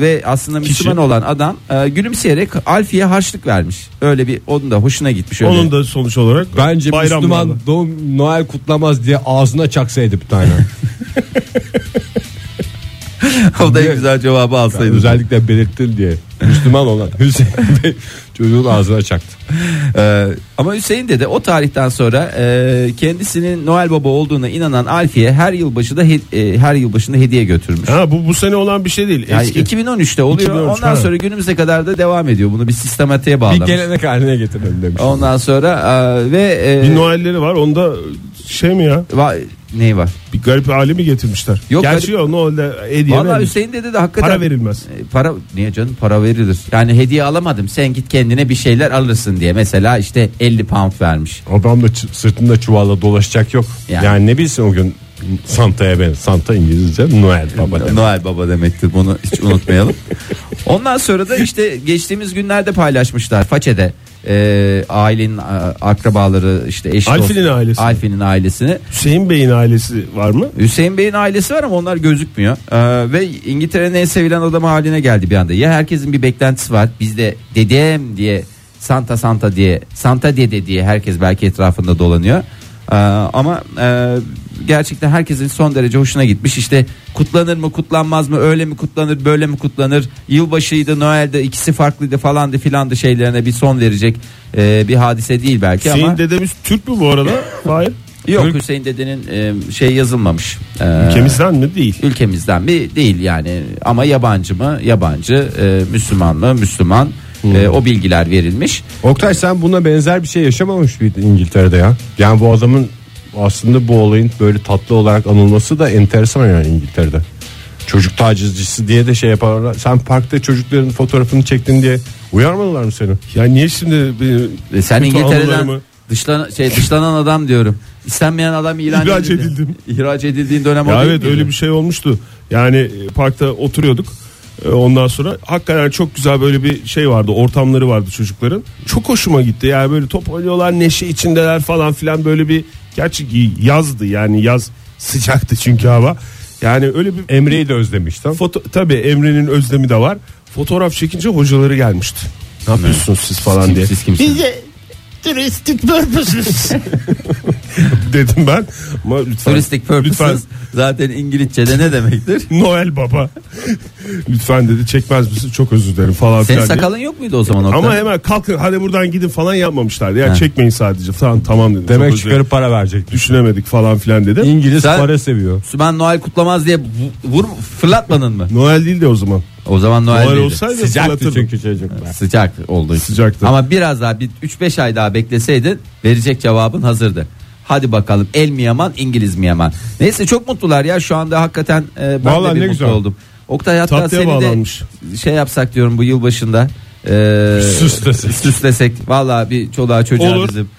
Speaker 4: ve aslında Müslüman olan adam e, gülümseyerek Alfi'ye harçlık vermiş. Öyle bir onun da hoşuna gitmiş öyle.
Speaker 5: Onun da sonuç olarak
Speaker 3: Bence
Speaker 5: bayramlarda-
Speaker 3: Müslüman doğum Noel kutlamaz diye ağzına çaksaydı bir tane.
Speaker 4: o da en güzel cevabı alsaydı.
Speaker 3: Özellikle belirttin diye. Müslüman olan Hüseyin Bey çocuğun ağzına çaktı.
Speaker 4: Ee, ama Hüseyin de de o tarihten sonra e, kendisinin Noel Baba olduğuna inanan Alfi'ye her yılbaşı da he- e, her yılbaşında hediye götürmüş.
Speaker 5: Ha bu bu sene olan bir şey değil.
Speaker 4: Yani
Speaker 5: Eski
Speaker 4: 2013'te oluyor.
Speaker 5: 2013,
Speaker 4: Ondan
Speaker 5: ha.
Speaker 4: sonra günümüze kadar da devam ediyor. Bunu bir sistematiğe
Speaker 3: Bir
Speaker 4: bağlamış.
Speaker 3: gelenek haline getirelim demiş.
Speaker 4: Ondan sonra e, ve e,
Speaker 5: bir Noel'leri var. Onda şey mi ya?
Speaker 4: va- neyi var?
Speaker 5: Bir garip hali mi getirmişler?
Speaker 4: Yok,
Speaker 5: Gerçi o Noel'de hediye
Speaker 4: Vallahi
Speaker 5: vermiş.
Speaker 4: Hüseyin dedi de hakikaten
Speaker 5: Para verilmez.
Speaker 4: E, Para niye canım para verilir. Yani hediye alamadım. Sen git kendine bir şeyler alırsın diye. Mesela işte 50 pound vermiş.
Speaker 3: Adam da çı- sırtında çuvalla dolaşacak yok.
Speaker 4: Yani.
Speaker 3: Yani, ne bilsin o gün Santa'ya ben. Santa İngilizce Noel baba demek.
Speaker 4: Noel Baba demektir. Bunu hiç unutmayalım. Ondan sonra da işte geçtiğimiz günlerde paylaşmışlar Façe'de. e, ailenin a- akrabaları işte eş
Speaker 5: Alfi'nin
Speaker 4: dost-
Speaker 5: ailesi.
Speaker 4: Alfi'nin ailesini
Speaker 5: Hüseyin Bey'in ailesi var mı?
Speaker 4: Hüseyin Bey'in ailesi var ama onlar gözükmüyor. Ee, ve İngiltere'nin en sevilen adamı haline geldi bir anda. Ya herkesin bir beklentisi var. Bizde dedem diye Santa Santa diye Santa dede diye herkes belki etrafında dolanıyor. Ee, ama e, gerçekten herkesin son derece hoşuna gitmiş. İşte kutlanır mı kutlanmaz mı öyle mi kutlanır böyle mi kutlanır yılbaşıydı Noel'de ikisi farklıydı falandı filandı şeylerine bir son verecek e, bir hadise değil belki
Speaker 5: Hüseyin
Speaker 4: ama
Speaker 5: dedemiz Türk mü bu arada? Hayır.
Speaker 4: yok
Speaker 5: Türk-
Speaker 4: Hüseyin dedenin e, şey yazılmamış. Ee,
Speaker 5: Ülkemizden mi? Değil.
Speaker 4: ülkemizden mi değil yani ama yabancı mı yabancı e, Müslüman mı Müslüman
Speaker 5: Hmm.
Speaker 4: E, o bilgiler verilmiş
Speaker 3: Oktay sen buna benzer bir şey yaşamamış mıydın İngiltere'de ya? Yani bu adamın aslında bu olayın böyle tatlı olarak anılması da enteresan yani İngiltere'de. Çocuk tacizcisi diye de şey yaparlar. Sen parkta çocukların fotoğrafını çektin diye uyarmadılar mı seni?
Speaker 5: Ya niye şimdi bir-
Speaker 4: E, sen
Speaker 5: kötü
Speaker 4: İngiltere'den
Speaker 5: anılarımı-
Speaker 4: dışlan şey dışlanan adam diyorum istenmeyen adam ilan
Speaker 5: İhraç
Speaker 4: edildi.
Speaker 5: edildim.
Speaker 4: ihraç edildiğin dönem o
Speaker 5: Ya
Speaker 4: değil
Speaker 5: evet
Speaker 4: miydi?
Speaker 5: öyle bir şey olmuştu. Yani e, parkta oturuyorduk. E, Ondan sonra hakikaten çok güzel böyle bir şey vardı. Ortamları vardı çocukların. Çok hoşuma gitti. Yani böyle top oynuyorlar, neşe içindeler falan filan böyle bir gerçi yazdı yani yaz sıcaktı çünkü hava. Yani öyle bir
Speaker 3: Emre'yi de özlemiştim.
Speaker 5: foto tabii Emre'nin özlemi de var. Fotoğraf çekince hocaları gelmişti. Ne yapıyorsunuz siz falan diye.
Speaker 4: siz kimsiniz?
Speaker 5: Dedim ben. Ama lütfen
Speaker 4: Turistic purposes
Speaker 5: lütfen
Speaker 4: zaten İngilizce'de ne demektir?
Speaker 5: Noel baba. lütfen dedi çekmez misin? Çok özür dilerim falan
Speaker 4: Senin
Speaker 5: filan. diye.
Speaker 4: sakalın yok muydu o zaman Oktay?
Speaker 5: Ama hemen kalkın hadi buradan gidin falan yapmamışlardı. Ya
Speaker 4: He.
Speaker 5: çekmeyin sadece. Tamam tamam dedim. Çok
Speaker 3: Demek
Speaker 5: özür dilerim.
Speaker 3: çıkarıp para verecekmiş.
Speaker 5: düşünemedik falan filan dedi.
Speaker 3: İngiliz
Speaker 4: Sen-
Speaker 3: para seviyor.
Speaker 4: Müslüman Noel kutlamaz diye vu- vur, fırlatmadın mı?
Speaker 5: Noel değil de o zaman.
Speaker 4: O zaman Noel,
Speaker 5: Noel
Speaker 4: değildi.
Speaker 5: olsaydı
Speaker 3: Sıcaktı
Speaker 5: fırlatırdım.
Speaker 3: çünkü çocuklar.
Speaker 4: Sıcak olduğu için.
Speaker 5: Sıcaktı.
Speaker 4: Ama biraz daha bir 3-5 ay daha bekleseydin verecek cevabın hazırdı. Hadi bakalım el mi yaman İngiliz mi yaman. Neyse çok mutlular ya şu anda hakikaten e, ben
Speaker 5: Vallahi
Speaker 4: de bir
Speaker 5: ne
Speaker 4: mutlu
Speaker 5: güzel.
Speaker 4: oldum. Oktay hatta
Speaker 5: Tatlıya
Speaker 4: seni
Speaker 5: bağlanmış.
Speaker 4: de şey yapsak diyorum bu yılbaşında.
Speaker 5: Ee,
Speaker 4: E,
Speaker 5: Süslesek.
Speaker 4: Süslesek. Valla bir çoluğa çocuğa
Speaker 5: Olur.
Speaker 4: bizim.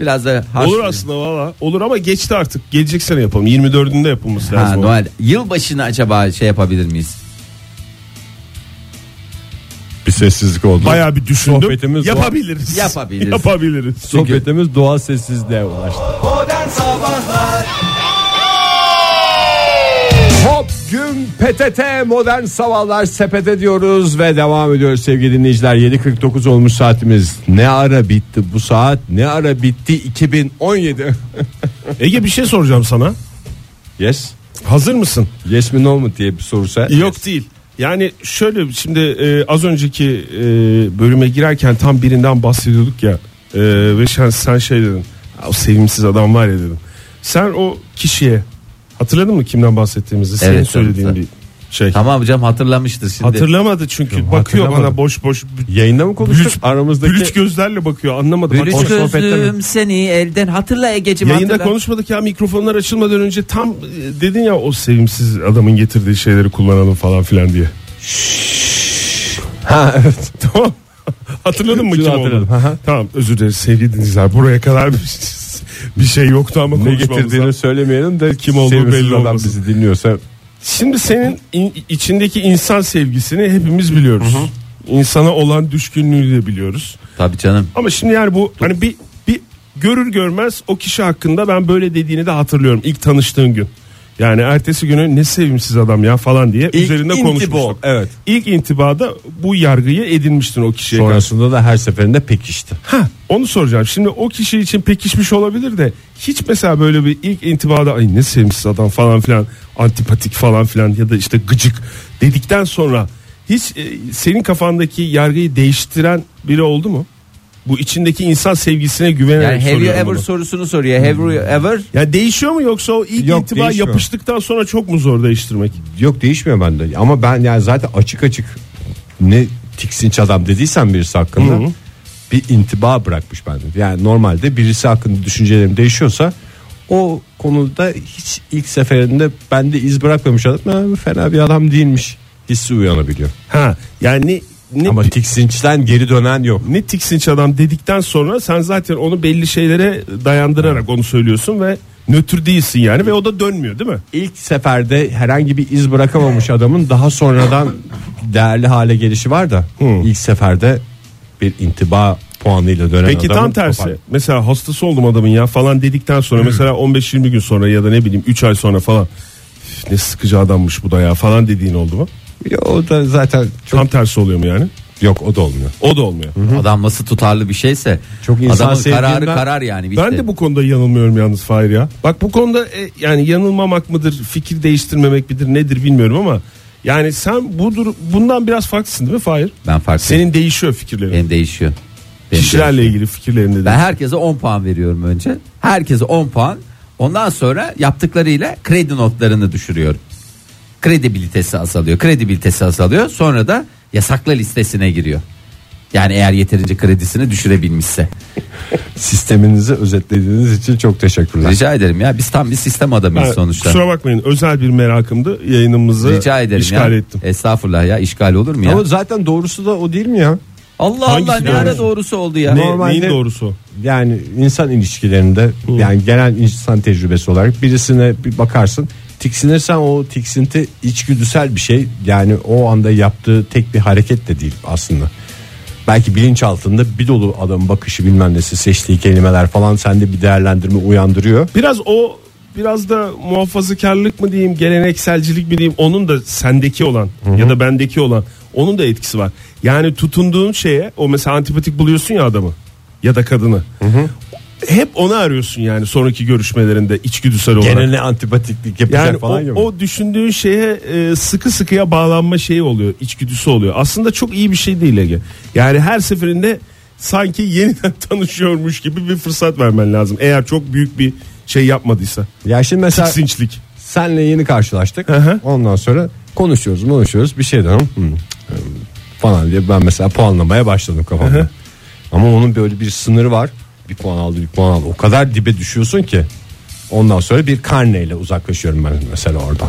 Speaker 4: Biraz da
Speaker 5: Olur
Speaker 4: harçlı-
Speaker 5: aslında valla. Olur ama geçti artık. Gelecek sene yapalım. 24'ünde yapılması
Speaker 4: Ha,
Speaker 5: lazım.
Speaker 4: Noel. Yılbaşını acaba şey yapabilir miyiz?
Speaker 3: Bir sessizlik oldu.
Speaker 5: Bayağı bir düşündüm.
Speaker 3: Sohbetimiz var.
Speaker 5: Yapabiliriz.
Speaker 4: Yapabiliriz.
Speaker 5: Yapabiliriz.
Speaker 3: Sohbetimiz doğal sessizliğe ulaştı.
Speaker 2: Modern Sabahlar
Speaker 3: Hop gün PTT modern sabahlar sepete diyoruz ve devam ediyoruz sevgili dinleyiciler. 7.49 olmuş saatimiz. Ne ara bitti bu saat? Ne ara bitti 2017?
Speaker 5: Ege bir şey soracağım sana.
Speaker 3: yes.
Speaker 5: Hazır mısın?
Speaker 3: Yes mi no mu diye bir sorsa.
Speaker 5: Yok değil. Yani şöyle şimdi e, az önceki e, bölüme girerken tam birinden bahsediyorduk ya e, ve sen, sen şey dedin. "Ya O sevimsiz adam var ya dedim. Sen o kişiye hatırladın mı kimden bahsettiğimizi? Senin
Speaker 4: Evet,
Speaker 5: söylediğin
Speaker 4: tabii,
Speaker 5: bir şey.
Speaker 4: Tamam hocam hatırlamıştır şimdi.
Speaker 5: Hatırlamadı çünkü bakıyor
Speaker 3: hatırlamadım.
Speaker 5: bana boş boş bü-
Speaker 3: Yayında mı konuştuk?
Speaker 5: Bülüç-
Speaker 3: Aramızdaki
Speaker 5: bülüç gözlerle bakıyor anlamadı. Bak,
Speaker 4: Bülüç
Speaker 5: boş sohbette mi?
Speaker 4: gözlüm seni elden hatırla Ege'cim
Speaker 5: Yayında
Speaker 4: hatırla.
Speaker 5: konuşmadık ya mikrofonlar açılmadan önce tam e, dedin ya o sevimsiz adamın getirdiği şeyleri kullanalım falan filan diye.
Speaker 3: Ha evet.
Speaker 5: Tamam. Hatırladın mı
Speaker 3: Şimdi
Speaker 5: kim
Speaker 3: hatırladım.
Speaker 5: olduğunu?
Speaker 3: Hı hı.
Speaker 5: Tamam özür dileriz sevgili dinleyiciler. Buraya kadar bir, bir şey yoktu ama
Speaker 3: Ne
Speaker 5: konuşmamız
Speaker 3: getirdiğini
Speaker 5: lazım.
Speaker 3: söylemeyelim de
Speaker 5: Kim olduğu
Speaker 3: sevimsiz
Speaker 5: belli
Speaker 3: adam
Speaker 5: olmasın.
Speaker 3: bizi dinliyorsa
Speaker 5: Şimdi senin in- içindeki insan sevgisini hepimiz biliyoruz. İnsana olan düşkünlüğü de biliyoruz.
Speaker 4: Tabii canım.
Speaker 5: Ama şimdi yani bu hani bir bir görür görmez o kişi hakkında ben böyle dediğini de hatırlıyorum ilk tanıştığın gün. Yani ertesi günü ne sevimsiz adam ya falan diye
Speaker 3: İlk
Speaker 5: üzerinde
Speaker 3: intibo,
Speaker 5: konuşmuştuk.
Speaker 3: evet.
Speaker 5: İlk intibada bu yargıyı edinmiştin o kişiye karşı.
Speaker 3: sonrasında da her seferinde pekişti.
Speaker 5: Ha, onu soracağım. Şimdi o kişi için pekişmiş olabilir de hiç mesela böyle bir ilk intibada ay ne sevimsiz adam falan filan antipatik falan filan ya da işte gıcık dedikten sonra hiç e, senin kafandaki yargıyı değiştiren biri oldu mu? Bu içindeki insan sevgisine güvenerek
Speaker 4: Yani have you
Speaker 5: soruyorum
Speaker 4: ever
Speaker 5: bunu. Hmm.
Speaker 4: sorusunu soruyor. Have you ever?
Speaker 5: Ya değişiyor mu yoksa o ilk
Speaker 3: Yok,
Speaker 5: intiba
Speaker 3: değişmiyor.
Speaker 5: yapıştıktan sonra çok mu zor değiştirmek?
Speaker 3: Yok değişmiyor bende ama ben yani zaten açık açık ne tiksinç adam dediysem birisi hakkında bir intiba bırakmış bende. Yani normalde birisi hakkında düşüncelerim değişiyorsa o konuda hiç ilk seferinde bende iz bırakmamış adam "Ha, fena bir adam değilmiş hissi uyanabiliyor.
Speaker 5: Ha yani ne,
Speaker 3: Ama tiksinçten geri dönen yok.
Speaker 5: ne tiksinç adam dedikten sonra sen zaten onu belli şeylere dayandırarak onu söylüyorsun ve nötr değilsin yani ve o da dönmüyor değil mi?
Speaker 3: İlk seferde herhangi bir iz bırakamamış adamın daha sonradan değerli hale gelişi var da ilk seferde bir intiba puanıyla dönen
Speaker 5: Peki
Speaker 3: adamın
Speaker 5: tam tersi.
Speaker 3: kopar-
Speaker 5: Mesela hastası oldum adamın ya falan dedikten sonra mesela 15-20 gün sonra ya da ne bileyim 3 ay sonra falan "Üf, ne sıkıcı adammış bu da ya falan dediğin oldu mu?
Speaker 3: Ya o da zaten çok
Speaker 5: Tam tersi oluyor mu yani?
Speaker 3: yok o da olmuyor.
Speaker 5: O da olmuyor.
Speaker 4: Adam nasıl tutarlı bir şeyse.
Speaker 3: Çok insan
Speaker 4: adamın kararı
Speaker 3: sevdiğinden-
Speaker 4: Hani karar yani. bitti.
Speaker 5: Ben de bu konuda yanılmıyorum yalnız Fahir ya. Bak bu konuda e, yani yanılmamak mıdır, fikir değiştirmemek midir, nedir bilmiyorum ama yani sen bu dur- bundan biraz farklısın değil mi Fahir?
Speaker 4: ben farklı.
Speaker 5: Senin değişiyor fikirlerin.
Speaker 4: benim değişiyor. Benim değişiyor.
Speaker 5: Kişilerle ilgili fikirlerin de
Speaker 4: Ben herkese 10 puan veriyorum önce. Herkese 10 puan. Ondan sonra yaptıklarıyla kredi notlarını düşürüyorum. Kredibilitesi azalıyor. Kredibilitesi azalıyor. Sonra da yasakla listesine giriyor. Yani eğer yeterince kredisini düşürebilmişse.
Speaker 3: Sisteminizi özetlediğiniz için çok teşekkürler.
Speaker 4: Rica ederim ya biz tam bir sistem adamıyız
Speaker 5: Ha,
Speaker 4: sonuçta.
Speaker 5: Kusura bakmayın özel bir merakımdı yayınımızı
Speaker 4: Rica ederim
Speaker 5: işgal
Speaker 4: ya.
Speaker 5: ettim.
Speaker 4: Estağfurullah ya işgal olur mu ya?
Speaker 3: Ama zaten doğrusu da o değil mi ya?
Speaker 4: Allah Allah
Speaker 5: Hangisi
Speaker 4: ne
Speaker 5: doğrusu?
Speaker 4: ara doğrusu oldu ya.
Speaker 5: Ne,
Speaker 3: Normalde-
Speaker 5: neyin doğrusu?
Speaker 3: Yani insan ilişkilerinde yani genel insan tecrübesi olarak birisine bir bakarsın tiksinirsen o tiksinti içgüdüsel bir şey. Yani o anda yaptığı tek bir hareket de değil aslında. Belki bilinçaltında bir dolu adamın bakışı bilmem nesi seçtiği kelimeler falan sende bir değerlendirme uyandırıyor.
Speaker 5: Biraz o biraz da muhafazakarlık mı diyeyim gelenekselcilik mi diyeyim onun da sendeki olan ya da bendeki olan onun da etkisi var. Yani tutunduğun şeye o mesela antipatik buluyorsun ya adamı ya da kadını. Hep onu arıyorsun yani sonraki görüşmelerinde içgüdüsel olarak.
Speaker 3: Genele antipatiklik yapacak
Speaker 5: Yani
Speaker 3: falan yok.
Speaker 5: o, o düşündüğün şeye e, sıkı sıkıya bağlanma şeyi oluyor, içgüdüsü oluyor. Aslında çok iyi bir şey değil Ege. Yani her seferinde sanki yeniden tanışıyormuş gibi bir fırsat vermen lazım. Eğer çok büyük bir şey yapmadıysa.
Speaker 3: Ya şimdi mesela
Speaker 5: Tiksinçlik.
Speaker 3: Senle yeni karşılaştık.
Speaker 5: hı.
Speaker 3: Ondan sonra konuşuyoruz, konuşuyoruz. Bir şey diyorum "Hmm, hmm," falan diye ben mesela puanlamaya başladım kafamda. Ama onun böyle bir sınırı var. Bir puan aldı, bir puan aldı. O kadar dibe düşüyorsun ki. Ondan sonra bir karneyle uzaklaşıyorum ben mesela oradan.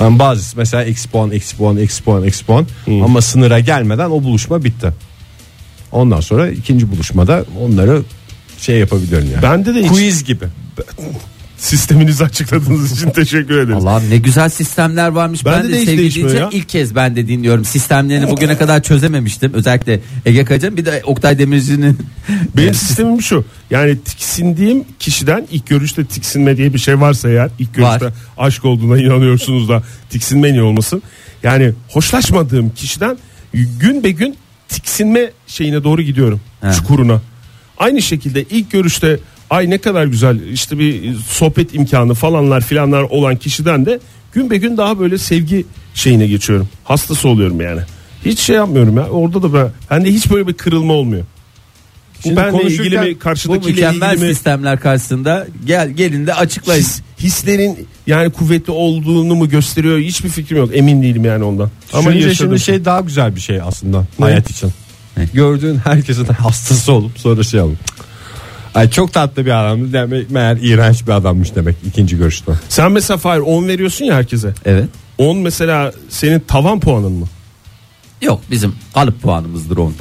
Speaker 3: Ben bazı mesela eksi puan, eksi puan, eksi puan, eksi puan. Ama sınıra gelmeden o buluşma bitti. Ondan sonra ikinci buluşmada onları şey yapabiliyorum yani.
Speaker 5: Bende de hiç-
Speaker 3: quiz gibi.
Speaker 5: Sisteminizi açıkladığınız için teşekkür ederiz.
Speaker 4: Allah'ım ne güzel sistemler varmış. Ben,
Speaker 5: Bende
Speaker 4: de,
Speaker 5: de hiç
Speaker 4: sevgili
Speaker 5: değişmiyor
Speaker 4: dinleyiciler
Speaker 5: ya.
Speaker 4: ilk kez ben de dinliyorum. Sistemlerini bugüne kadar çözememiştim. Özellikle Ege Kacan bir de Oktay Demirci'nin
Speaker 5: Benim sistemim şu. Yani tiksindiğim kişiden ilk görüşte tiksinme diye bir şey varsa eğer ilk görüşte
Speaker 4: Var.
Speaker 5: aşk olduğuna inanıyorsunuz da tiksinme niye olmasın? Yani hoşlaşmadığım kişiden gün be gün tiksinme şeyine doğru gidiyorum.
Speaker 4: He.
Speaker 5: Çukuruna. Aynı şekilde ilk görüşte ay ne kadar güzel işte bir sohbet imkanı falanlar filanlar olan kişiden de gün be gün daha böyle sevgi şeyine geçiyorum. Hastası oluyorum yani. Hiç şey yapmıyorum ya. Orada da ben, bende hiç böyle bir kırılma olmuyor. Bu
Speaker 3: Şimdi
Speaker 5: benle
Speaker 3: konuşurken
Speaker 5: ilgili mi
Speaker 4: bu
Speaker 5: karşıdakiyle
Speaker 4: mükemmel
Speaker 5: ilgili mi
Speaker 4: sistemler karşısında gel gelin de açıklayın.
Speaker 5: his- hislerin yani kuvvetli olduğunu mu gösteriyor hiçbir fikrim yok emin değilim yani ondan. Ama
Speaker 3: Düşününce
Speaker 5: yaşadım.
Speaker 3: şimdi şey daha güzel bir şey aslında
Speaker 5: Ne?
Speaker 3: hayat için.
Speaker 4: Ne?
Speaker 3: Gördüğün herkesin hastası olup sonra şey alıp. Ay çok tatlı bir adamdı demek meğer iğrenç bir adammış demek ikinci görüşte.
Speaker 5: Sen mesela Fahir 10 veriyorsun ya herkese.
Speaker 4: Evet.
Speaker 5: 10 mesela senin tavan puanın mı?
Speaker 4: Yok bizim kalıp puanımızdır on.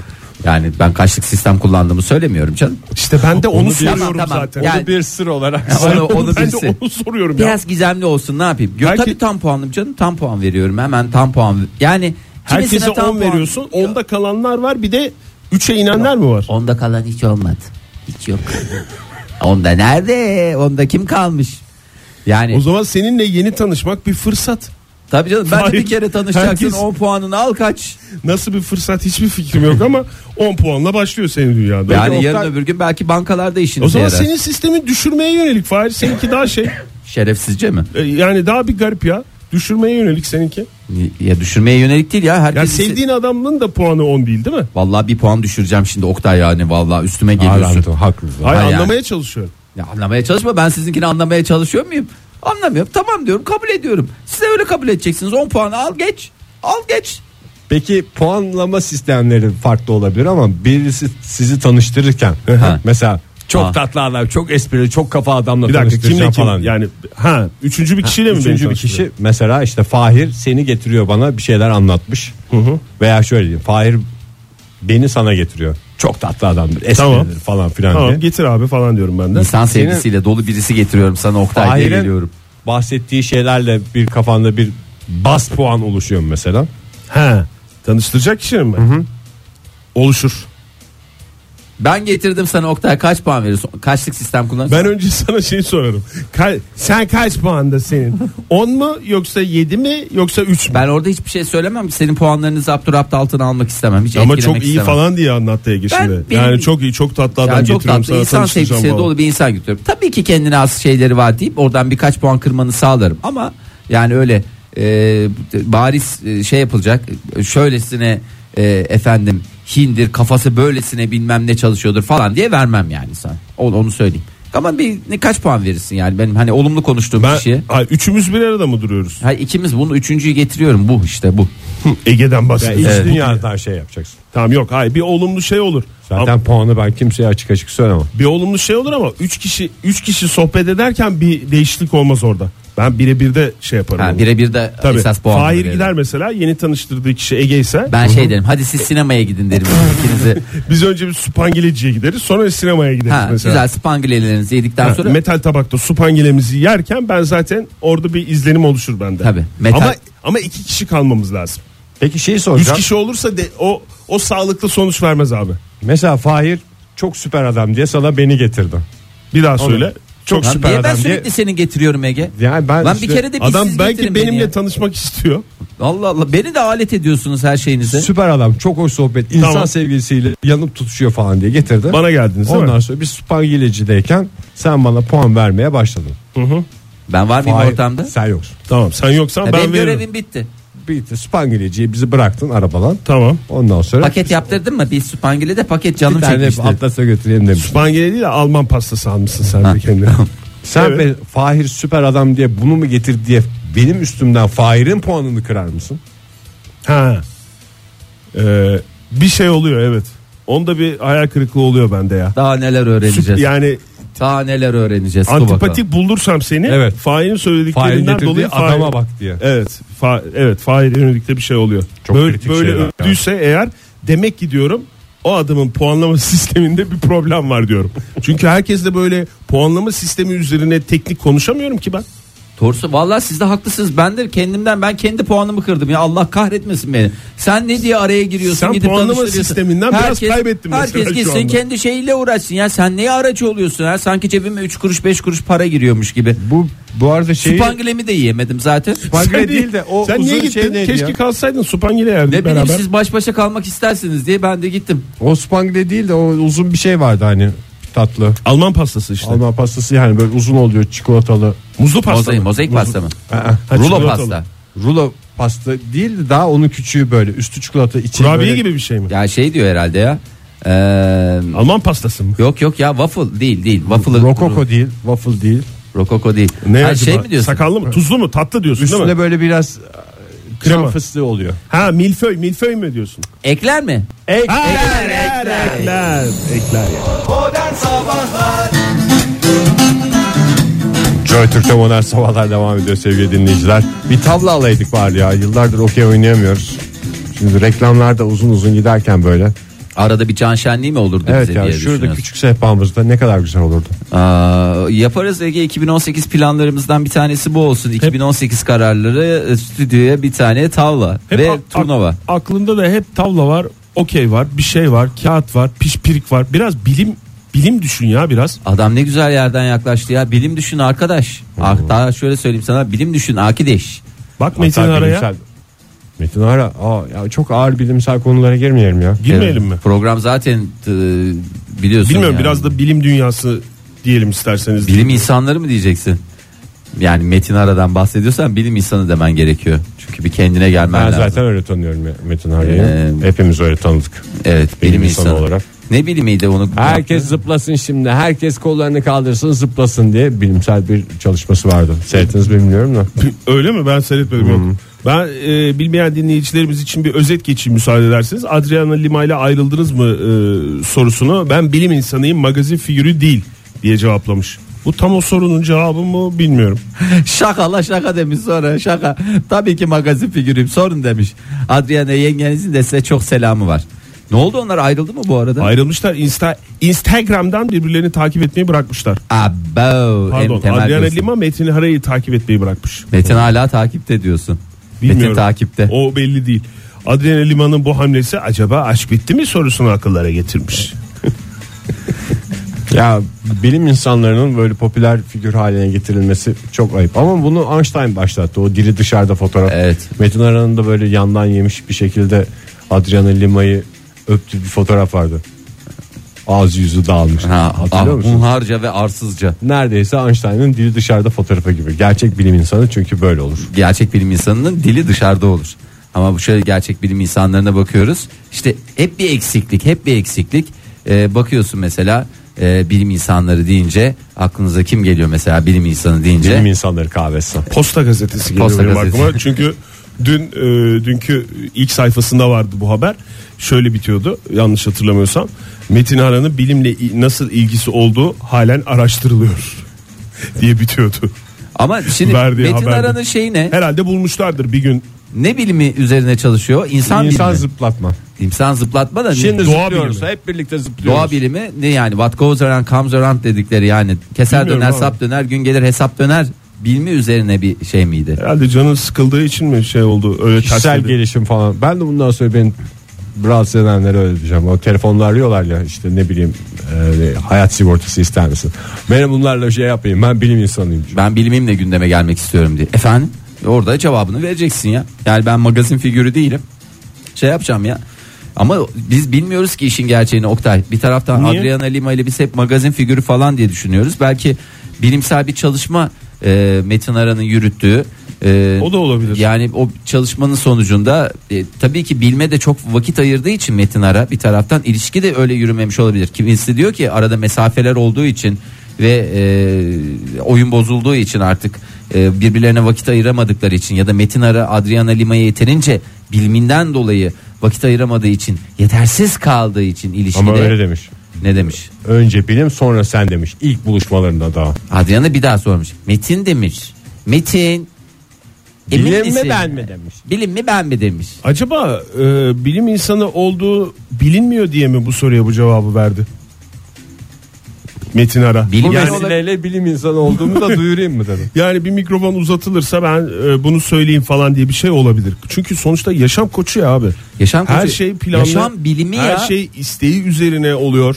Speaker 4: Yani ben kaçlık sistem kullandığımı söylemiyorum canım.
Speaker 5: İşte ben de onu,
Speaker 4: Onu
Speaker 5: soruyorum
Speaker 4: tamam, tamam.
Speaker 5: zaten.
Speaker 4: Yani-
Speaker 3: Onu bir sır olarak.
Speaker 4: onu, onu
Speaker 5: ben
Speaker 4: bilsin.
Speaker 5: de onu soruyorum ya.
Speaker 4: Biraz gizemli olsun ne yapayım? Yok
Speaker 5: Belki-
Speaker 4: tabii tam puanım canım tam puan veriyorum hemen tam puan. Yani kimisine
Speaker 5: Herkese 10
Speaker 4: tam puan-
Speaker 5: veriyorsun. 10'da kalanlar var. Bir de 3'e inenler mi var?
Speaker 4: Onda kalan hiç olmadı. Hiç yok. Onda nerede? Onda kim kalmış? Yani
Speaker 5: O zaman seninle yeni tanışmak bir fırsat.
Speaker 4: tabii canım ben
Speaker 5: Hayır.
Speaker 4: bir kere tanışacaksın
Speaker 5: Herkes-
Speaker 4: 10 puanını al kaç.
Speaker 5: Nasıl bir fırsat hiçbir fikrim yok ama 10 puanla başlıyor senin dünyada.
Speaker 4: Yani
Speaker 5: Oktay-
Speaker 4: yarın öbür gün belki bankalarda işinize
Speaker 5: o zaman
Speaker 4: yarar.
Speaker 5: senin sistemi düşürmeye yönelik Fahir. Seninki daha şey
Speaker 4: Şerefsizce mi?
Speaker 5: e, yani daha bir garip ya. Düşürmeye yönelik seninki.
Speaker 4: Ya düşürmeye yönelik değil ya. Herkes
Speaker 5: Yani sevdiğin adamın da puanı 10 değil değil mi?
Speaker 4: Vallahi bir puan düşüreceğim şimdi Oktay yani vallahi üstüme geliyorsun.
Speaker 3: Haklısın.
Speaker 5: Hayır
Speaker 4: Ha yani.
Speaker 5: anlamaya çalışıyorum.
Speaker 4: Ya anlamaya çalışma ben sizinkini anlamaya çalışıyor muyum? Anlamıyorum tamam diyorum kabul ediyorum. Size öyle kabul edeceksiniz 10 puanı al geç. Al geç.
Speaker 3: Peki puanlama sistemleri farklı olabilir ama birisi sizi tanıştırırken
Speaker 4: Ha.
Speaker 3: mesela çok
Speaker 4: Ha.
Speaker 3: tatlı adam, çok esprili, çok kafa adamla
Speaker 5: Bir dakika kimle
Speaker 3: tanıştıracağım
Speaker 5: kim?
Speaker 3: falan.
Speaker 5: Yani ha üçüncü bir kişiyle mi beni
Speaker 3: Üçüncü bir
Speaker 5: tanıştırıyor?
Speaker 3: kişi mesela işte Fahir seni getiriyor bana bir şeyler anlatmış. Veya şöyle diyeyim Fahir beni sana getiriyor. Çok tatlı adamdır. Espridir
Speaker 5: Tamam.
Speaker 3: falan filan
Speaker 5: Tamam
Speaker 3: diye.
Speaker 5: getir abi falan diyorum ben de.
Speaker 4: İnsan sevgisiyle dolu birisi getiriyorum sana Oktay diye
Speaker 3: Fahir'in
Speaker 4: geliyorum.
Speaker 3: bahsettiği şeylerle bir kafanda bir bas puan oluşuyor mesela.
Speaker 5: Ha tanıştıracak kişinin mi? Oluşur.
Speaker 4: Ben getirdim sana Oktay kaç puan veriyorsun? Kaçlık sistem kullanıyorsun?
Speaker 5: Ben önce sana şey sorarım. Ka- sen kaç puanda senin? 10 mu yoksa 7 mi yoksa 3 mü?
Speaker 4: Ben orada hiçbir şey söylemem ki senin puanlarını zapturapt altına almak istemem. Hiç
Speaker 5: Ama
Speaker 4: etkilemek
Speaker 5: çok iyi
Speaker 4: istemem.
Speaker 5: falan diye anlattı Ege
Speaker 4: Ben
Speaker 5: şimdi.
Speaker 4: benim-
Speaker 5: yani çok iyi çok tatlı adam
Speaker 4: Yani çok
Speaker 5: getiriyorum
Speaker 4: tatlı
Speaker 5: sana
Speaker 4: insan
Speaker 5: tanıştıracağım
Speaker 4: sevgisiyle
Speaker 5: falan.
Speaker 4: dolu bir insan götürüyorum. Tabii ki kendine az şeyleri var deyip oradan birkaç puan kırmanı sağlarım. Ama yani öyle e, bariz e, şey yapılacak e, şöylesine e, efendim hindir kafası böylesine bilmem ne çalışıyordur falan diye vermem yani sana. Onu, onu söyleyeyim. Ama bir ne- kaç puan verirsin yani benim hani olumlu konuştuğum
Speaker 5: Ben,
Speaker 4: kişiye.
Speaker 5: Ay, üçümüz bir arada mı duruyoruz?
Speaker 4: Hayır ikimiz bunu üçüncüyü getiriyorum bu işte bu.
Speaker 5: Ege'den
Speaker 3: Yani
Speaker 5: bahsediyoruz.
Speaker 3: iç
Speaker 4: Evet.
Speaker 3: dünyadan şey yapacaksın.
Speaker 5: Tamam yok hayır bir olumlu şey olur.
Speaker 3: Zaten
Speaker 5: Ama
Speaker 3: puanı ben kimseye açık açık söylemem.
Speaker 5: bir olumlu şey olur ama 3 kişi 3 kişi sohbet ederken bir değişiklik olmaz orada. Ben birebir de şey yaparım.
Speaker 4: Ha,
Speaker 5: onu.
Speaker 4: birebir de
Speaker 5: Tabii.
Speaker 4: esas puan.
Speaker 5: Fahir gider mesela yeni tanıştırdığı kişi Ege ise
Speaker 4: Ben şey derim hadi siz sinemaya gidin derim. İkinizi
Speaker 5: biz önce bir supangileciye gideriz sonra sinemaya gideriz
Speaker 4: ha,
Speaker 5: mesela.
Speaker 4: güzel spangilelerinizi yedikten
Speaker 5: Ha,
Speaker 4: sonra
Speaker 5: Metal tabakta supangilemizi yerken ben zaten orada bir izlenim oluşur bende.
Speaker 4: Tabii, metal-
Speaker 5: Ama ama iki kişi kalmamız lazım.
Speaker 3: Peki şeyi
Speaker 5: Üç
Speaker 3: soracağım.
Speaker 5: kişi olursa de, o o sağlıklı sonuç vermez abi.
Speaker 3: Mesela Fahir çok süper adam diye sana beni getirdi.
Speaker 5: Bir daha söyle. Çok
Speaker 3: Lan
Speaker 5: süper
Speaker 4: Niye ben
Speaker 5: adam diye.
Speaker 4: sürekli seni getiriyorum Ege?
Speaker 3: Yani ben
Speaker 4: Lan
Speaker 3: işte-
Speaker 4: bir kere de bir
Speaker 5: Adam
Speaker 4: siz
Speaker 5: belki
Speaker 4: getirin
Speaker 5: benimle
Speaker 4: beni ya.
Speaker 5: tanışmak istiyor.
Speaker 4: Allah Allah beni de alet ediyorsunuz her şeyinize.
Speaker 3: Süper adam çok hoş sohbet insan
Speaker 5: Tamam.
Speaker 3: sevgilisiyle yanıp tutuşuyor falan diye getirdi.
Speaker 5: Bana geldiniz değil
Speaker 3: Ondan
Speaker 5: mi?
Speaker 3: sonra biz spangilecideyken sen bana puan vermeye başladın.
Speaker 4: Ben var mıyım
Speaker 3: Fahir,
Speaker 4: ortamda?
Speaker 3: Sen yoksun.
Speaker 5: Tamam sen yoksan
Speaker 4: Ya
Speaker 5: ben
Speaker 4: benim
Speaker 5: veririm.
Speaker 4: görevim bitti.
Speaker 3: Bitti spangileciyi bizi bıraktın arabadan.
Speaker 5: Tamam.
Speaker 3: Ondan sonra
Speaker 4: Paket yaptırdın mı? Bir spangile de paket
Speaker 3: bir
Speaker 4: canım
Speaker 3: tane
Speaker 4: çekmişti.
Speaker 3: atlasa götüreyim demiş.
Speaker 5: Spangile değil de Alman pastası almışsın sen de kendine.
Speaker 3: Sen
Speaker 5: Evet.
Speaker 3: be Fahir süper adam diye bunu mu getir diye benim üstümden Fahir'in puanını kırar mısın?
Speaker 5: Ha. Ee, bir şey oluyor evet. Onda bir hayal kırıklığı oluyor bende ya.
Speaker 4: Daha neler öğreneceğiz?
Speaker 5: Yani
Speaker 4: Daha neler öğreneceğiz? Dur bakalım.
Speaker 5: antipatik bulursam seni
Speaker 3: Evet.
Speaker 5: Fahir'in
Speaker 3: Fahir'in
Speaker 5: söylediklerinden
Speaker 3: getirdiği
Speaker 5: dolayı
Speaker 3: adama
Speaker 5: Fahir-
Speaker 3: bak diye.
Speaker 5: Evet. Fa, evet Fahir'in yönelikte bir şey oluyor.
Speaker 3: Çok
Speaker 5: böyle
Speaker 3: kritik
Speaker 5: böyle
Speaker 3: şeyler
Speaker 5: öldüyse eğer demek ki diyorum o adamın puanlama sisteminde bir problem var diyorum. Çünkü herkes de böyle puanlama sistemi üzerine teknik konuşamıyorum ki ben.
Speaker 4: Doğrusu vallahi siz de haklısınız. Ben de kendimden ben kendi puanımı kırdım ya Allah kahretmesin beni. Sen ne diye araya giriyorsun?
Speaker 5: Sen
Speaker 4: gidip
Speaker 5: puanlama
Speaker 4: tanıştırıyorsun.
Speaker 5: sisteminden biraz kaybettin mesela
Speaker 4: Herkes
Speaker 5: şu
Speaker 4: gitsin
Speaker 5: anda.
Speaker 4: kendi şeyiyle uğraşsın ya. Sen neye aracı oluyorsun? Ha? Sanki cebime 3 kuruş 5 kuruş para giriyormuş gibi.
Speaker 3: Bu bu arada şey, şeyi
Speaker 4: Spangilemi de yiyemedim zaten.
Speaker 3: Spangile değil de o
Speaker 5: sen niye
Speaker 3: uzun
Speaker 5: gittin?
Speaker 3: şey neydi
Speaker 5: Keşke
Speaker 3: ya?
Speaker 5: kalsaydın Supangile
Speaker 4: Ne
Speaker 5: yerdik
Speaker 4: bileyim
Speaker 5: beraber.
Speaker 4: siz baş başa kalmak istersiniz diye ben de gittim.
Speaker 3: O spangle değil de o uzun bir şey vardı hani tatlı.
Speaker 5: Alman pastası işte.
Speaker 3: Alman pastası yani böyle uzun oluyor çikolatalı.
Speaker 5: Muzlu pasta.
Speaker 4: Mozaik,
Speaker 5: mı?
Speaker 4: mozaik
Speaker 5: Muzlu-
Speaker 4: pasta mı?
Speaker 3: Aa,
Speaker 5: Ha,
Speaker 4: Rulo
Speaker 5: çikolatalı.
Speaker 4: pasta.
Speaker 3: Rulo pasta değil de daha onun küçüğü böyle üstü çikolata içi
Speaker 5: Kurabiye
Speaker 3: böyle-
Speaker 5: gibi bir şey mi?
Speaker 4: Ya şey diyor herhalde ya. Ee,
Speaker 5: Alman pastası mı?
Speaker 4: yok yok ya waffle değil değil. Waffle
Speaker 3: Rokoko değil, waffle değil.
Speaker 4: Rokoko değil.
Speaker 5: Ne
Speaker 4: Ha,
Speaker 5: acaba?
Speaker 4: şey mi diyorsun?
Speaker 5: Sakallı mı? Tuzlu mu? Tatlı diyorsun değil
Speaker 3: Üstüne
Speaker 5: mi?
Speaker 3: böyle biraz e,
Speaker 5: Krema.
Speaker 3: krem fıstığı oluyor.
Speaker 5: Ha milföy, milföy mü diyorsun?
Speaker 4: Ekler mi?
Speaker 5: ekler, ekler, ekler, ekler.
Speaker 2: Modern Sabahlar
Speaker 3: Joy Türk'te modern sabahlar devam ediyor sevgili dinleyiciler. Bir tavla alaydık var ya. Yıllardır okey oynayamıyoruz. Şimdi reklamlarda uzun uzun giderken böyle.
Speaker 4: Arada bir can şenliği mi olurdu
Speaker 3: Evet
Speaker 4: bize
Speaker 3: ya
Speaker 4: diye
Speaker 3: şurada
Speaker 4: düşünüyorsun.
Speaker 3: küçük sehpamızda ne kadar güzel olurdu.
Speaker 4: Aa, yaparız Ege 2018 planlarımızdan bir tanesi bu olsun. 2018 kararları e, stüdyoya bir tane tavla
Speaker 5: Hep
Speaker 4: ve
Speaker 5: ak- ak-
Speaker 4: turnuva.
Speaker 5: aklımda da hep tavla var, okey var, bir şey var, kağıt var, pişpirik var. Biraz bilim bilim düşün ya biraz.
Speaker 4: Adam ne güzel yerden yaklaştı ya. Bilim düşün arkadaş. Ah, daha şöyle söyleyeyim sana bilim düşün akideş.
Speaker 5: Bak Metin
Speaker 3: Hatta
Speaker 5: araya
Speaker 3: bilimsel- Metin Ara. Aa, ya çok ağır bilimsel konulara girmeyelim ya.
Speaker 5: girmeyelim
Speaker 4: Evet,
Speaker 5: mi?
Speaker 4: Program zaten e, biliyorsun.
Speaker 5: Bilmiyorum
Speaker 4: yani.
Speaker 5: biraz da bilim dünyası diyelim isterseniz.
Speaker 4: bilim insanları mı diyeceksin? Yani Metin Ara'dan bahsediyorsan bilim insanı demen gerekiyor. Çünkü bir kendine gelmen
Speaker 3: Ben
Speaker 4: lazım.
Speaker 3: zaten öyle tanıyorum ya Metin Ara'yı.
Speaker 4: Ee,
Speaker 3: Hepimiz öyle tanıdık.
Speaker 4: evet bilim,
Speaker 3: bilim
Speaker 4: insanı.
Speaker 3: insanı olarak.
Speaker 4: Ne bilimiydi onu?
Speaker 3: Herkes zıplasın şimdi. Herkes kollarını kaldırsın zıplasın diye bilimsel bir çalışması vardı. Seyrettiniz mi bilmiyorum da.
Speaker 5: Öyle mi? Ben seyretmedim. yok. Ben e, bilmeyen dinleyicilerimiz için bir özet geçeyim müsaade ederseniz. Adriana Lima ile ayrıldınız mı e, sorusunu ben bilim insanıyım magazin figürü değil diye cevaplamış. Bu tam o sorunun cevabı mı bilmiyorum.
Speaker 4: Şaka la şaka demiş sonra şaka. Tabii ki magazin figürüyüm sorun demiş. Adriana yengenizin de size çok selamı var. Ne oldu onlar ayrıldı mı bu arada?
Speaker 5: Ayrılmışlar Insta, Instagram'dan birbirlerini takip etmeyi bırakmışlar.
Speaker 4: Abo, en
Speaker 5: Pardon
Speaker 4: temel
Speaker 5: Adriana
Speaker 4: diyorsun.
Speaker 5: Lima Metin Hara'yı takip etmeyi bırakmış.
Speaker 4: Metin hala takipte diyorsun. Metin
Speaker 5: Bilmiyorum.
Speaker 4: takipte.
Speaker 5: O belli değil. Adriana Lima'nın bu hamlesi acaba aşk bitti mi sorusunu akıllara getirmiş.
Speaker 3: Ya bilim insanlarının böyle popüler figür haline getirilmesi çok ayıp. Ama bunu Einstein başlattı. O dili dışarıda fotoğraf.
Speaker 4: Evet.
Speaker 3: Metin Aran'ın da böyle yandan yemiş bir şekilde Adriana Lima'yı öptüğü bir fotoğraf vardı. Ağzı yüzü dağılmış.
Speaker 4: Ha,
Speaker 3: Hatırlıyor
Speaker 4: ah,
Speaker 3: musun?
Speaker 4: unharca ve arsızca.
Speaker 3: Neredeyse Einstein'ın dili dışarıda fotoğrafı gibi. Gerçek bilim insanı çünkü böyle olur.
Speaker 4: gerçek bilim insanının dili dışarıda olur. Ama bu şöyle gerçek bilim insanlarına bakıyoruz. İşte hep bir eksiklik, hep bir eksiklik. Ee, bakıyorsun mesela e, bilim insanları deyince aklınıza kim geliyor mesela bilim insanı deyince?
Speaker 3: Bilim insanları kahvesi.
Speaker 5: Posta gazetesi geliyor
Speaker 4: Posta
Speaker 5: benim
Speaker 4: gazetesi.
Speaker 5: aklıma. Çünkü dün e, dünkü ilk sayfasında vardı bu haber. Şöyle bitiyordu yanlış hatırlamıyorsam. Metin Aran'ın bilimle i- nasıl ilgisi olduğu halen araştırılıyor diye bitiyordu.
Speaker 4: Ama şimdi
Speaker 5: Verdiği
Speaker 4: Metin
Speaker 5: haberde.
Speaker 4: Aran'ın şeyi ne?
Speaker 5: Herhalde bulmuşlardır bir gün. şey.
Speaker 4: Ne bilimi üzerine çalışıyor? İnsan,
Speaker 3: İnsan
Speaker 4: bilimi.
Speaker 3: zıplatma.
Speaker 4: İnsan zıplatma da
Speaker 3: Şimdi
Speaker 4: ne?
Speaker 5: Doğa
Speaker 3: zıplıyoruz.
Speaker 5: bilimi.
Speaker 3: Hep birlikte zıplıyoruz.
Speaker 4: Doğa bilimi ne yani? What goes around comes around dedikleri yani. Keser
Speaker 5: Bilmiyorum
Speaker 4: döner,
Speaker 5: abi.
Speaker 4: sap döner, gün gelir hesap döner. Bilmi üzerine bir şey miydi?
Speaker 5: Herhalde canı sıkıldığı için mi şey oldu öyle
Speaker 3: kişisel
Speaker 5: tersledi.
Speaker 3: gelişim falan. Ben de bundan sonra beni rahatsız edenlere öyle diyeceğim. O telefonla arıyorlar ya işte ne bileyim e, hayat sigortası ister misin? Benim bunlarla şey yapayım ben bilim insanıyım.
Speaker 4: ben bilimimle gündeme gelmek istiyorum diye. Efendim E, orada cevabını vereceksin ya. Yani ben magazin figürü değilim. Şey yapacağım ya. Ama biz bilmiyoruz ki işin gerçeğini Oktay. Bir taraftan
Speaker 5: Niye?
Speaker 4: Adriana Lima ile biz hep magazin figürü falan diye düşünüyoruz. Belki bilimsel bir çalışma e, Metin Aran'ın yürüttüğü. e,
Speaker 5: O da olabilir.
Speaker 4: Yani o çalışmanın sonucunda e, tabii ki bilme de çok vakit ayırdığı için Metin Ara bir taraftan ilişki de öyle yürümemiş olabilir. Kimisi diyor ki arada mesafeler olduğu için ve e, oyun bozulduğu için artık e, birbirlerine vakit ayıramadıkları için ya da Metin Ara Adriana Lima'ya yeterince biliminden dolayı vakit ayıramadığı için yetersiz kaldığı için ilişkide
Speaker 3: Ama öyle demiş.
Speaker 4: ne demiş?
Speaker 3: Önce bilim sonra sen demiş. İlk buluşmalarında daha.
Speaker 4: Adriana bir daha sormuş. Metin demiş. Metin emin
Speaker 3: Bilim mi,
Speaker 4: misin?
Speaker 3: ben mi demiş.
Speaker 4: Bilim mi ben mi demiş.
Speaker 5: Acaba e, bilim insanı olduğu bilinmiyor diye mi bu soruya bu cevabı verdi? Metin Ara.
Speaker 4: Bilim
Speaker 3: Bu
Speaker 4: Yani-
Speaker 3: vesileyle bilim insanı olduğumu da duyurayım mı dedim.
Speaker 5: Yani bir mikrofon uzatılırsa ben e, bunu söyleyeyim falan diye bir şey olabilir. Çünkü sonuçta yaşam koçu ya abi.
Speaker 4: Yaşam koçu.
Speaker 5: Her şey planlı.
Speaker 4: Yaşam bilimi
Speaker 5: her
Speaker 4: ya. E,
Speaker 5: şey isteği üzerine oluyor.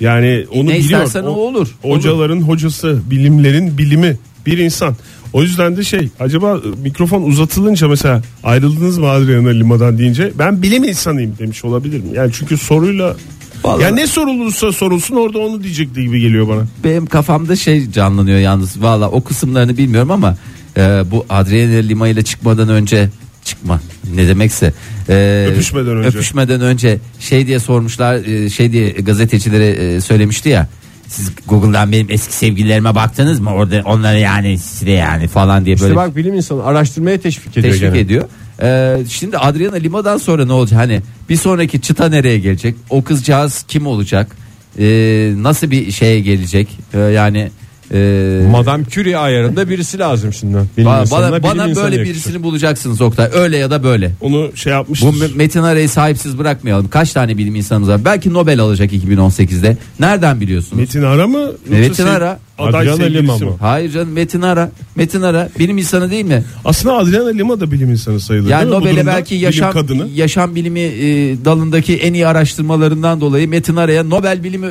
Speaker 5: Yani onu
Speaker 4: ne
Speaker 5: biliyor.
Speaker 4: istersen o olur.
Speaker 5: Hocaların hocası, bilimlerin bilimi bir insan. O yüzden de şey acaba e, mikrofon uzatılınca mesela ayrıldınız mı Adriana Lima'dan deyince ben bilim insanıyım demiş olabilir mi? Yani çünkü soruyla
Speaker 4: Vallahi-
Speaker 5: ya ne sorulursa sorulsun orada onu diyecek gibi geliyor bana.
Speaker 4: Benim kafamda şey canlanıyor yalnız. Valla o kısımlarını bilmiyorum ama e, bu Adriana Lima ile çıkmadan önce çıkma ne demekse e,
Speaker 5: Öpüşmeden önce.
Speaker 4: öpüşmeden önce şey diye sormuşlar e, şey diye gazetecilere e, söylemişti ya siz Google'dan benim eski sevgililerime baktınız mı orada onları yani size yani falan diye böyle
Speaker 3: işte bak bilim insanı araştırmaya teşvik ediyor.
Speaker 4: teşvik
Speaker 3: gene.
Speaker 4: ediyor. Ee, şimdi Adriana Lima'dan sonra ne olacak? Hani bir sonraki çıta nereye gelecek? O kızcağız kim olacak? Ee, nasıl bir şeye gelecek? Ee, yani Ee,
Speaker 3: Madame Curie ayarında birisi lazım şimdi. Bilim
Speaker 4: bana
Speaker 3: insanına,
Speaker 4: bana,
Speaker 3: bilim
Speaker 4: bana
Speaker 3: insanı
Speaker 4: böyle
Speaker 3: yakışır.
Speaker 4: birisini bulacaksınız Oktay. Öyle ya da böyle.
Speaker 5: Onu şey
Speaker 4: Bu
Speaker 5: yapmıştır.
Speaker 4: Metin Aray'ı sahipsiz bırakmayalım. Kaç tane bilim insanımız var? Belki Nobel alacak 2018'de. Nereden biliyorsunuz?
Speaker 5: Metin Ara mı? Yoksa
Speaker 4: Metin
Speaker 5: sev-
Speaker 4: Ara.
Speaker 5: Aday
Speaker 3: Adriana
Speaker 5: sevgilisi
Speaker 3: Lima
Speaker 5: mi?
Speaker 3: mı?
Speaker 4: Hayır canım Metin Ara. Metin Ara bilim insanı değil mi?
Speaker 5: Aslında Adriana Lima da bilim insanı sayılır.
Speaker 4: Yani
Speaker 5: değil mi? Bu
Speaker 4: Nobel'e
Speaker 5: durumda
Speaker 4: belki
Speaker 5: bilim
Speaker 4: yaşam
Speaker 5: kadını.
Speaker 4: yaşam bilimi e, dalındaki en iyi araştırmalarından dolayı Metin Araya Nobel bilimi e,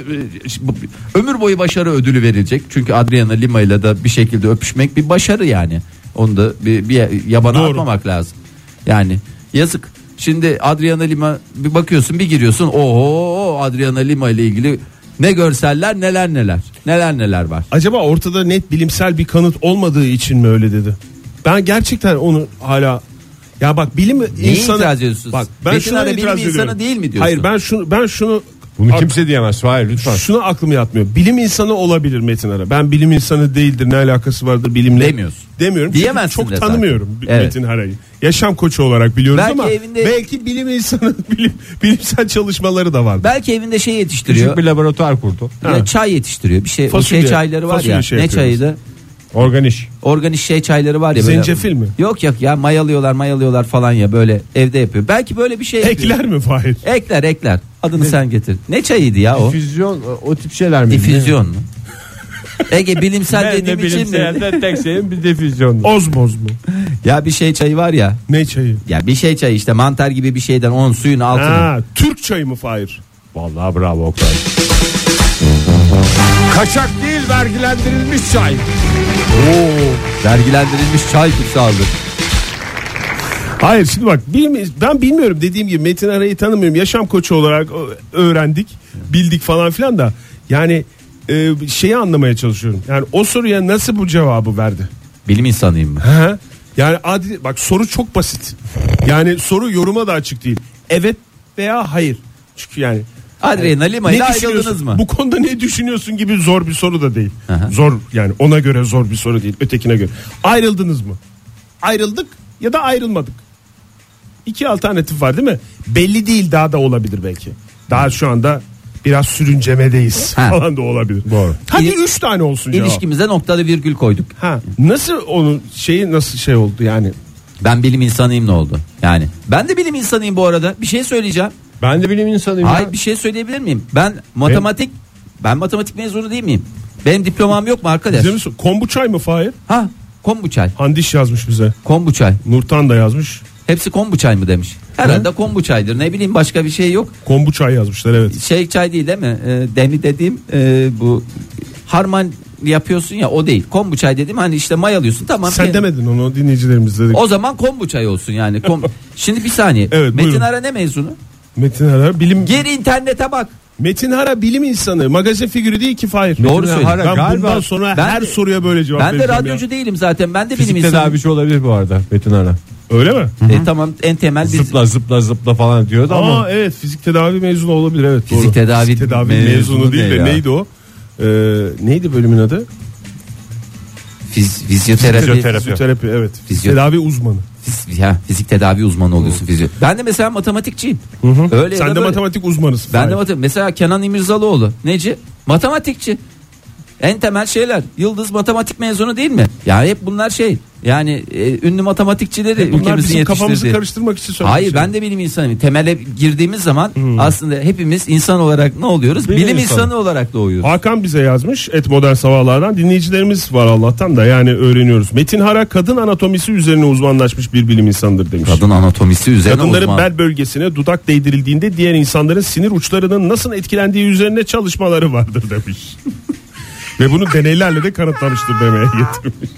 Speaker 4: bu- ömür boyu başarı ödülü verilecek. Çünkü Adriana Lima ile de bir şekilde öpüşmek bir başarı yani. Onu da bir, bir yabana
Speaker 5: Doğru.
Speaker 4: atmamak lazım. Yani yazık. Şimdi Adriana Lima bir bakıyorsun bir giriyorsun. Oho Adriana Lima ile ilgili ne görseller neler neler. Neler neler var.
Speaker 5: Acaba ortada net bilimsel bir kanıt olmadığı için mi öyle dedi? Ben gerçekten onu hala ya bak bilim
Speaker 4: Neye
Speaker 5: insanı
Speaker 4: itiraz ediyorsunuz?
Speaker 5: Bak ben
Speaker 4: Metin
Speaker 5: şuna
Speaker 4: Ara bilim
Speaker 5: itiraz
Speaker 4: insanı
Speaker 5: ediyorum.
Speaker 4: değil mi diyorsun?
Speaker 5: Hayır ben şunu ben şunu
Speaker 3: Bunu kimse diyemez. Hayır lütfen.
Speaker 5: Şuna aklım yatmıyor. Bilim insanı olabilir Metin Ara. Ben bilim insanı değildir. Ne alakası vardır bilimle?
Speaker 4: Demiyorsun.
Speaker 5: Demiyorum. Çünkü
Speaker 4: Diyemezsin de
Speaker 5: Çok
Speaker 4: zaten.
Speaker 5: tanımıyorum
Speaker 4: Evet.
Speaker 5: Metin Ara'yı. Yaşam koçu olarak biliyoruz
Speaker 4: Belki
Speaker 5: ama
Speaker 4: evinde-
Speaker 5: belki bilim insanı bilim, bilimsel çalışmaları da vardır.
Speaker 4: Belki evinde şey yetiştiriyor.
Speaker 3: Küçük bir laboratuvar kurdu.
Speaker 4: Ya çay yetiştiriyor. Bir şey o
Speaker 5: Fasulye.
Speaker 4: şey çayları var
Speaker 5: Fasulye
Speaker 4: ya.
Speaker 5: şey
Speaker 4: ne
Speaker 5: yapıyoruz.
Speaker 4: çayıydı?
Speaker 3: Organiş.
Speaker 4: Organik şey çayları var ya böyle.
Speaker 5: Zencefil mi?
Speaker 4: Yok yok ya mayalıyorlar mayalıyorlar falan ya böyle evde yapıyor. Belki böyle bir şey yapıyor.
Speaker 5: Ekler mi Fahir?
Speaker 4: Ekler ekler. Adını sen getir. Ne çayıydı ya o?
Speaker 3: Difüzyon o tip şeyler mi?
Speaker 4: Difüzyon mu? Ege bilimsel
Speaker 3: Ben de
Speaker 4: dediğim için mi?
Speaker 3: bilimselde tek şeyim bir difüzyon.
Speaker 5: Ozmoz mu?
Speaker 4: Ya bir şey çayı var ya.
Speaker 5: Ne çayı?
Speaker 4: Ya bir şey çayı işte mantar gibi bir şeyden onun suyun altını.
Speaker 5: Ha, Türk çayı mı Fahir?
Speaker 3: Vallahi bravo Oktay. Kaçak değil vergilendirilmiş çay.
Speaker 4: Vergilendirilmiş çay kutsaldır.
Speaker 5: Hayır şimdi bak bilmi- ben bilmiyorum dediğim gibi Metin Ara'yı tanımıyorum. Yaşam koçu olarak ö- öğrendik, bildik falan filan da. Yani e, şeyi anlamaya çalışıyorum. Yani o soruya nasıl bu cevabı verdi?
Speaker 4: Bilim insanıyım mı?
Speaker 5: Hı hı. Yani adi bak soru çok basit. Yani soru yoruma da açık değil. Evet veya hayır. Çünkü yani
Speaker 4: Adriana Lima ile ayrıldınız
Speaker 5: düşünüyorsun?
Speaker 4: mı?
Speaker 5: Bu konuda ne düşünüyorsun gibi zor bir soru da değil.
Speaker 4: Aha.
Speaker 5: Zor yani ona göre zor bir soru değil. Ötekine göre. Ayrıldınız mı? Ayrıldık ya da ayrılmadık. İki alternatif var değil mi? Belli değil daha da olabilir belki. Daha şu anda biraz sürüncemedeyiz
Speaker 4: Ha.
Speaker 5: falan da olabilir.
Speaker 3: Doğru.
Speaker 5: Hadi
Speaker 4: İli-
Speaker 5: üç tane olsun cevap.
Speaker 4: İlişkimize noktada virgül koyduk.
Speaker 5: Ha. Nasıl onun şeyi nasıl şey oldu yani?
Speaker 4: Ben bilim insanıyım ne oldu? Yani ben de bilim insanıyım bu arada. Bir şey söyleyeceğim.
Speaker 3: Ben de bilim insanıyım. ya.
Speaker 4: Hayır bir şey söyleyebilir miyim? Ben matematik ben matematik mezunu değil miyim? Benim diplomam yok mu arkadaş?
Speaker 5: Bize mi sor- Kombu çay mı Fahir?
Speaker 4: Ha kombu çay.
Speaker 5: Handiş yazmış bize.
Speaker 4: Kombu çay.
Speaker 5: Nurtan da yazmış.
Speaker 4: Hepsi kombu çay mı demiş. Herhalde kombu çaydır. Ne bileyim başka bir şey yok.
Speaker 5: Kombu çay yazmışlar evet.
Speaker 4: Şey çay değil değil mi? Ee, demi dediğim e, bu harman yapıyorsun ya o değil. Kombu çay dedim hani işte mayalıyorsun tamam.
Speaker 5: Sen
Speaker 4: Kendi-
Speaker 5: demedin onu dinleyicilerimiz dedi.
Speaker 4: O zaman kombu çay olsun yani. Kom... Şimdi bir saniye.
Speaker 5: Evet,
Speaker 4: Metin
Speaker 5: buyurun.
Speaker 4: Ara ne mezunu?
Speaker 5: Metin Hara bilim
Speaker 4: Gir internete bak.
Speaker 5: Metin Hara bilim insanı. Magazin figürü değil ki Fahir.
Speaker 4: Doğru
Speaker 5: Metin
Speaker 4: söylüyor.
Speaker 5: Hara ben
Speaker 3: Galiba-
Speaker 5: bundan sonra
Speaker 4: Ben
Speaker 5: her
Speaker 4: de-
Speaker 5: soruya böyle cevap
Speaker 4: Ben de
Speaker 5: vereceğim
Speaker 4: radyocu
Speaker 5: ya.
Speaker 4: değilim zaten. Ben de bilim
Speaker 3: Fizik
Speaker 4: insanı.
Speaker 3: tedavisi şey olabilir bu arada Metin Ana.
Speaker 5: Öyle mi?
Speaker 4: E, tamam en temel biz
Speaker 3: Zıpla zıpla zıpla falan diyordu ama.
Speaker 5: Aa evet fizik tedavi mezunu olabilir evet
Speaker 4: Fizik
Speaker 5: doğru.
Speaker 4: tedavi
Speaker 5: fizik tedavi mezunu,
Speaker 4: mezunu
Speaker 5: değil
Speaker 4: ne
Speaker 5: de
Speaker 4: ya?
Speaker 5: neydi o? Ee, neydi bölümün adı?
Speaker 4: Fiz- fizyoterapi.
Speaker 3: Fizyoterapi.
Speaker 5: Fizyoterapi evet. Fizik
Speaker 4: Fizyo-
Speaker 5: Tedavi uzmanı.
Speaker 4: Fiz- ya, fizik tedavi uzmanı oluyorsun fizyo. Ben de mesela matematikçiyim. Öyle ya
Speaker 5: Sen
Speaker 4: da
Speaker 5: de
Speaker 4: böyle.
Speaker 5: matematik uzmanısın.
Speaker 4: Ben de
Speaker 5: Fahir.
Speaker 4: matematik. Mesela Kenan İmirzalıoğlu. Neci? Matematikçi. En temel şeyler. Yıldız matematik mezunu değil mi? Yani hep bunlar şey. Yani e, ünlü matematikçileri
Speaker 5: Bunlar
Speaker 4: ülkemizin
Speaker 5: bizim kafamızı
Speaker 4: yetiştirdiği.
Speaker 5: karıştırmak için söylemiş.
Speaker 4: Hayır ben de bilim insanıyım. Temele girdiğimiz zaman
Speaker 5: Hmm.
Speaker 4: aslında hepimiz insan olarak ne oluyoruz? Bilim,
Speaker 3: Bilim
Speaker 4: insanı.
Speaker 3: insanı.
Speaker 4: olarak doğuyoruz.
Speaker 5: Hakan bize yazmış et modern sabahlardan dinleyicilerimiz var Allah'tan da yani öğreniyoruz. Metin Hara kadın anatomisi üzerine uzmanlaşmış bir bilim insanıdır demiş.
Speaker 4: Kadın anatomisi üzerine
Speaker 5: Kadınların
Speaker 4: uzman.
Speaker 5: bel bölgesine dudak değdirildiğinde diğer insanların sinir uçlarının nasıl etkilendiği üzerine çalışmaları vardır demiş. Ve bunu deneylerle de kanıtlamıştır demeye getirmiş.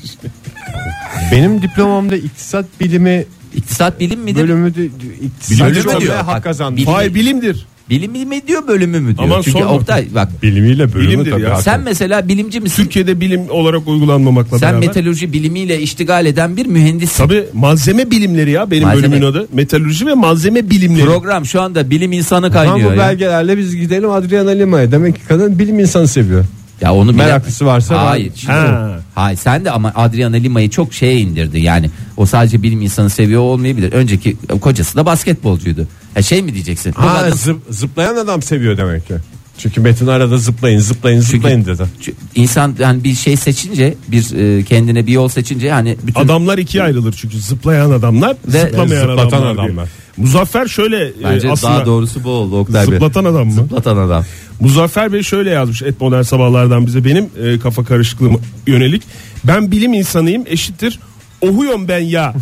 Speaker 3: Benim diplomamda iktisat bilimi
Speaker 4: İktisat bilim midir?
Speaker 3: bölümü de, iktisat
Speaker 5: Bölümü
Speaker 3: bölümü
Speaker 4: diyor.
Speaker 3: hak kazandı.
Speaker 4: Bilim-
Speaker 5: Hayır bilimdir.
Speaker 4: Bilim mi diyor bölümü mü diyor?
Speaker 5: Aman
Speaker 4: Çünkü
Speaker 5: sorma.
Speaker 4: Oktay bak
Speaker 3: Bilimiyle bölümü
Speaker 5: Bilimdir
Speaker 3: tabii.
Speaker 5: ya.
Speaker 3: hak
Speaker 4: sen
Speaker 3: kazandı.
Speaker 4: mesela bilimci misin?
Speaker 5: Türkiye'de bilim olarak uygulanmamakla
Speaker 4: sen
Speaker 5: beraber.
Speaker 4: metalürji bilimiyle iştigal eden bir mühendissin.
Speaker 5: Tabii malzeme bilimleri ya benim
Speaker 4: Malzeme.
Speaker 5: bölümün adı. Metalürji ve malzeme bilimleri.
Speaker 4: Program şu anda bilim insanı
Speaker 3: Ama
Speaker 4: kaynıyor
Speaker 3: bu
Speaker 4: ya.
Speaker 3: belgelerle biz gidelim Adriana Lima'ya. Demek ki kadın bilim insanı seviyor.
Speaker 4: Ya onu bile...
Speaker 3: Meraklısı varsa var.
Speaker 4: Hayır. şimdi-
Speaker 5: Ha.
Speaker 4: Hayır sen de ama Adriana Lima'yı çok şeye indirdi yani. O sadece bilim insanı seviyor olmayabilir. Önceki kocası da basketbolcuydu. Ha şey mi diyeceksin? Bu
Speaker 3: Ha,
Speaker 4: kadın-
Speaker 3: zıp- zıplayan adam seviyor demek ki. Çünkü Metin arada zıplayın zıplayın zıplayın dedi.
Speaker 4: Çünkü insan yani bir şey seçince bir e, kendine bir yol seçince hani bütün
Speaker 5: Adamlar ikiye ayrılır çünkü zıplayan adamlar,
Speaker 4: Ve-
Speaker 5: zıplamayan
Speaker 3: Zıplatan
Speaker 5: adamlar.
Speaker 3: adamlar.
Speaker 5: diyor. Muzaffer şöyle e,
Speaker 4: bence
Speaker 5: aslında
Speaker 4: daha doğrusu bu oldu Oktay Bey.
Speaker 5: zıplatan adam mı?
Speaker 4: Zıplatan adam.
Speaker 5: Muzaffer Bey şöyle yazmış et modern sabahlardan bize benim e, kafa karışıklığıma yönelik. Ben bilim insanıyım eşittir. Ohuyom ben ya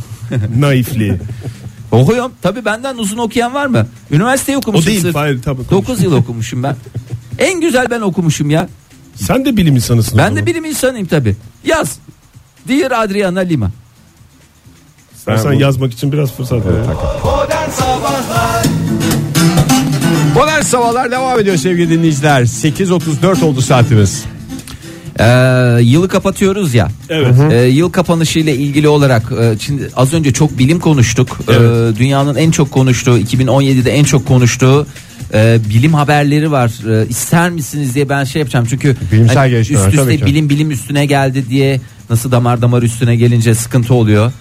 Speaker 5: naifliği.
Speaker 4: Okuyorum. Tabii benden uzun okuyan var mı? Üniversiteyi
Speaker 5: O
Speaker 4: okumuşum.
Speaker 5: değil.
Speaker 4: sırf.
Speaker 5: Hayır, tabii,
Speaker 4: 9 yıl okumuşum ben. En güzel ben okumuşum ya.
Speaker 5: Sen de bilim insanısın. o
Speaker 4: Ben de
Speaker 5: zaman.
Speaker 4: bilim insanıyım tabii. Yaz. Dear Adriana Lima.
Speaker 5: İstersen yazmak için biraz fırsat ver.
Speaker 2: Modern Sabahlar
Speaker 3: Modern sabahlar devam ediyor sevgili dinleyiciler. 8.34 oldu saatimiz.
Speaker 4: Ee, yılı kapatıyoruz ya.
Speaker 5: Evet.
Speaker 4: Ee, yıl kapanışı ile ilgili olarak e, şimdi az önce çok bilim konuştuk. Ee,
Speaker 5: Evet.
Speaker 4: dünyanın en çok konuştuğu 2017'de en çok konuştuğu e, bilim haberleri var. E, ister misiniz diye ben şey yapacağım çünkü
Speaker 3: Bilimsel gelişmeler,
Speaker 4: üst
Speaker 3: tabii ki.
Speaker 4: üste bilim bilim üstüne geldi diye nasıl damar damar üstüne gelince sıkıntı oluyor.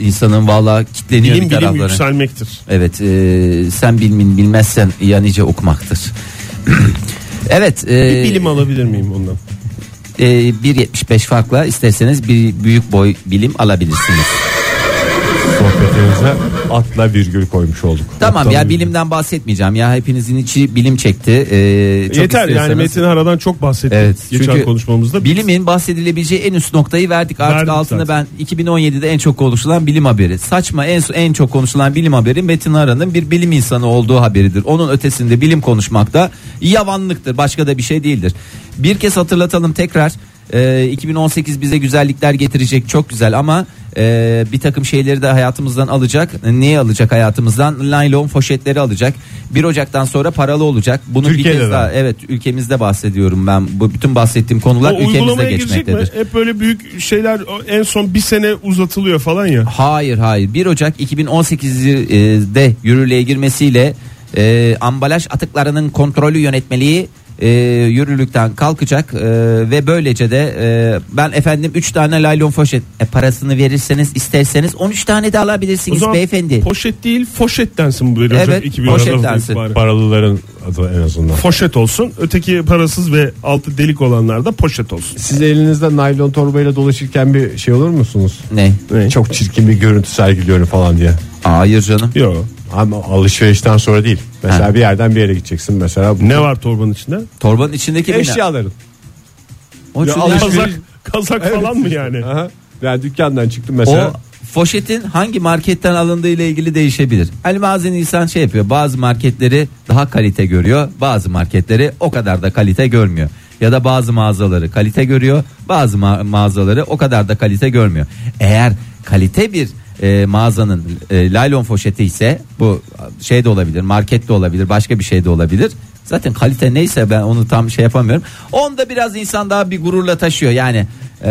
Speaker 4: İnsanın valla kitleniyor
Speaker 5: Bilim
Speaker 4: bir
Speaker 5: bilim
Speaker 4: tarafları.
Speaker 5: yükselmektir.
Speaker 4: Evet e, sen bilmin bilmezsen ya nice okumaktır. evet. e,
Speaker 5: Bir bilim alabilir miyim ondan?
Speaker 4: e, 1.75 farkla isterseniz bir büyük boy bilim alabilirsiniz.
Speaker 3: Sohbetimize atla virgül koymuş olduk.
Speaker 4: tamam ya
Speaker 3: Atla virgül.
Speaker 4: bilimden bahsetmeyeceğim ya hepinizin içi bilim çekti. E, çok
Speaker 5: Yeter yani
Speaker 4: isterseniz-
Speaker 5: Metin Haradan çok bahsettik.
Speaker 4: Evet,
Speaker 5: Geçen
Speaker 4: çünkü
Speaker 5: konuşmamızda.
Speaker 4: Bilimin bahsedilebileceği en üst noktayı verdik artık
Speaker 5: Verdik
Speaker 4: altında
Speaker 5: zaten.
Speaker 4: ben 2017'de en çok konuşulan bilim haberi. Saçma en en çok konuşulan bilim haberi Metin Aran'ın bir bilim insanı olduğu haberidir. Onun ötesinde bilim konuşmak da yavanlıktır. Başka da bir şey değildir. Bir kez hatırlatalım tekrar. Ee, 2018 bize güzellikler getirecek çok güzel ama e, bir takım şeyleri de hayatımızdan alacak. Neyi alacak hayatımızdan? Naylon foşetleri alacak. 1 Ocak'tan sonra paralı olacak. Bunu
Speaker 3: Türkiye'de
Speaker 4: bir kez
Speaker 3: de.
Speaker 4: daha evet ülkemizde bahsediyorum ben. Bu bütün bahsettiğim konular
Speaker 5: o
Speaker 4: konular ülkemizde
Speaker 5: uygulamaya girecek mi?
Speaker 4: geçmektedir.
Speaker 5: Hep böyle büyük şeyler o en son bir sene uzatılıyor falan ya.
Speaker 4: Hayır hayır 1 Ocak 2018'de yürürlüğe girmesiyle e, ambalaj atıklarının kontrolü yönetmeliği e, yürürlükten kalkacak e, ve böylece de e, ben efendim 3 tane laylon foşet e, parasını verirseniz isterseniz 13 tane de
Speaker 5: O
Speaker 4: alabilirsiniz
Speaker 5: zaman
Speaker 4: beyefendi.
Speaker 5: poşet değil foşet densin bu Ocak
Speaker 4: Evet,
Speaker 5: 2000 Aralık
Speaker 4: poşet densin.
Speaker 5: itibariyle.
Speaker 3: Paralıların adı en azından.
Speaker 5: Poşet olsun. Öteki parasız ve altı delik olanlar da poşet olsun.
Speaker 3: Siz elinizde naylon torbayla dolaşırken bir şey olur musunuz?
Speaker 4: Ne?
Speaker 3: Çok çirkin bir görüntü sergiliyorum falan diye.
Speaker 4: Hayır canım.
Speaker 5: Yok.
Speaker 3: Ama alışverişten sonra değil. Mesela
Speaker 4: Ha.
Speaker 3: bir yerden bir yere gideceksin mesela.
Speaker 5: Ne var torbanın içinde?
Speaker 4: Torbanın içindeki bir ne?
Speaker 3: Eşyaların.
Speaker 4: O,
Speaker 3: Ya
Speaker 4: çünkü-
Speaker 3: Allah-
Speaker 5: Kazak, kazak falan mı yani?
Speaker 3: Aha. Yani dükkandan çıktım
Speaker 4: O
Speaker 3: mesela.
Speaker 4: foşetin hangi marketten alındığı ile ilgili değişebilir. Hani bazen insan şey yapıyor. Bazı marketleri daha kalite görüyor. Bazı marketleri o kadar da kalite görmüyor. Ya da bazı mağazaları kalite görüyor. Bazı ma- mağazaları o kadar da kalite görmüyor. Eğer kalite bir e, mağazanın e, laylon foşeti ise bu şey de olabilir, market de olabilir, başka bir şey de olabilir. Zaten kalite neyse ben onu tam şey yapamıyorum. Onda biraz insan daha bir gururla taşıyor yani. e,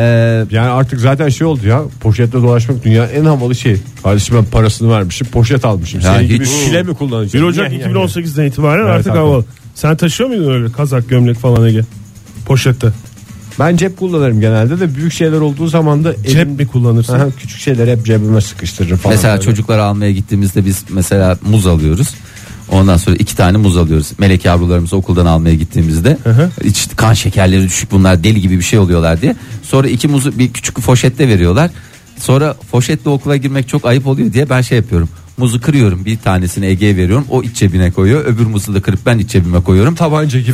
Speaker 3: Yani artık zaten şey oldu ya poşetle dolaşmak dünyanın en havalı şeyi. Kardeşim ben parasını vermişim poşet almışım.
Speaker 4: Ya
Speaker 3: Senin
Speaker 4: hiç-
Speaker 3: gibi file mi
Speaker 5: 1
Speaker 3: kullanacağım?
Speaker 5: Ocak
Speaker 3: Yani-
Speaker 5: 2018'den itibaren
Speaker 3: Evet,
Speaker 5: artık
Speaker 3: haklı.
Speaker 5: havalı. Sen taşıyor muydun öyle kazak gömlek falan Ege? Poşette.
Speaker 3: Ben cep kullanırım genelde de büyük şeyler olduğu zaman da elim-
Speaker 5: Cep mi kullanırsın?
Speaker 3: Aha, küçük şeyleri hep cebime sıkıştırırım falan.
Speaker 4: Mesela
Speaker 3: böyle.
Speaker 4: çocukları almaya gittiğimizde biz mesela muz alıyoruz. Ondan sonra iki tane muz alıyoruz. Melek yavrularımızı okuldan almaya gittiğimizde hiç kan şekerleri düşük bunlar deli gibi bir şey oluyorlar diye. Sonra iki muzu bir küçük foşette veriyorlar. Sonra foşetle okula girmek çok ayıp oluyor diye ben şey yapıyorum. Muzu kırıyorum bir tanesini Ege'ye veriyorum o iç cebine koyuyor. Öbür muzu da kırıp ben iç cebime koyuyorum.
Speaker 3: tabanca gibi.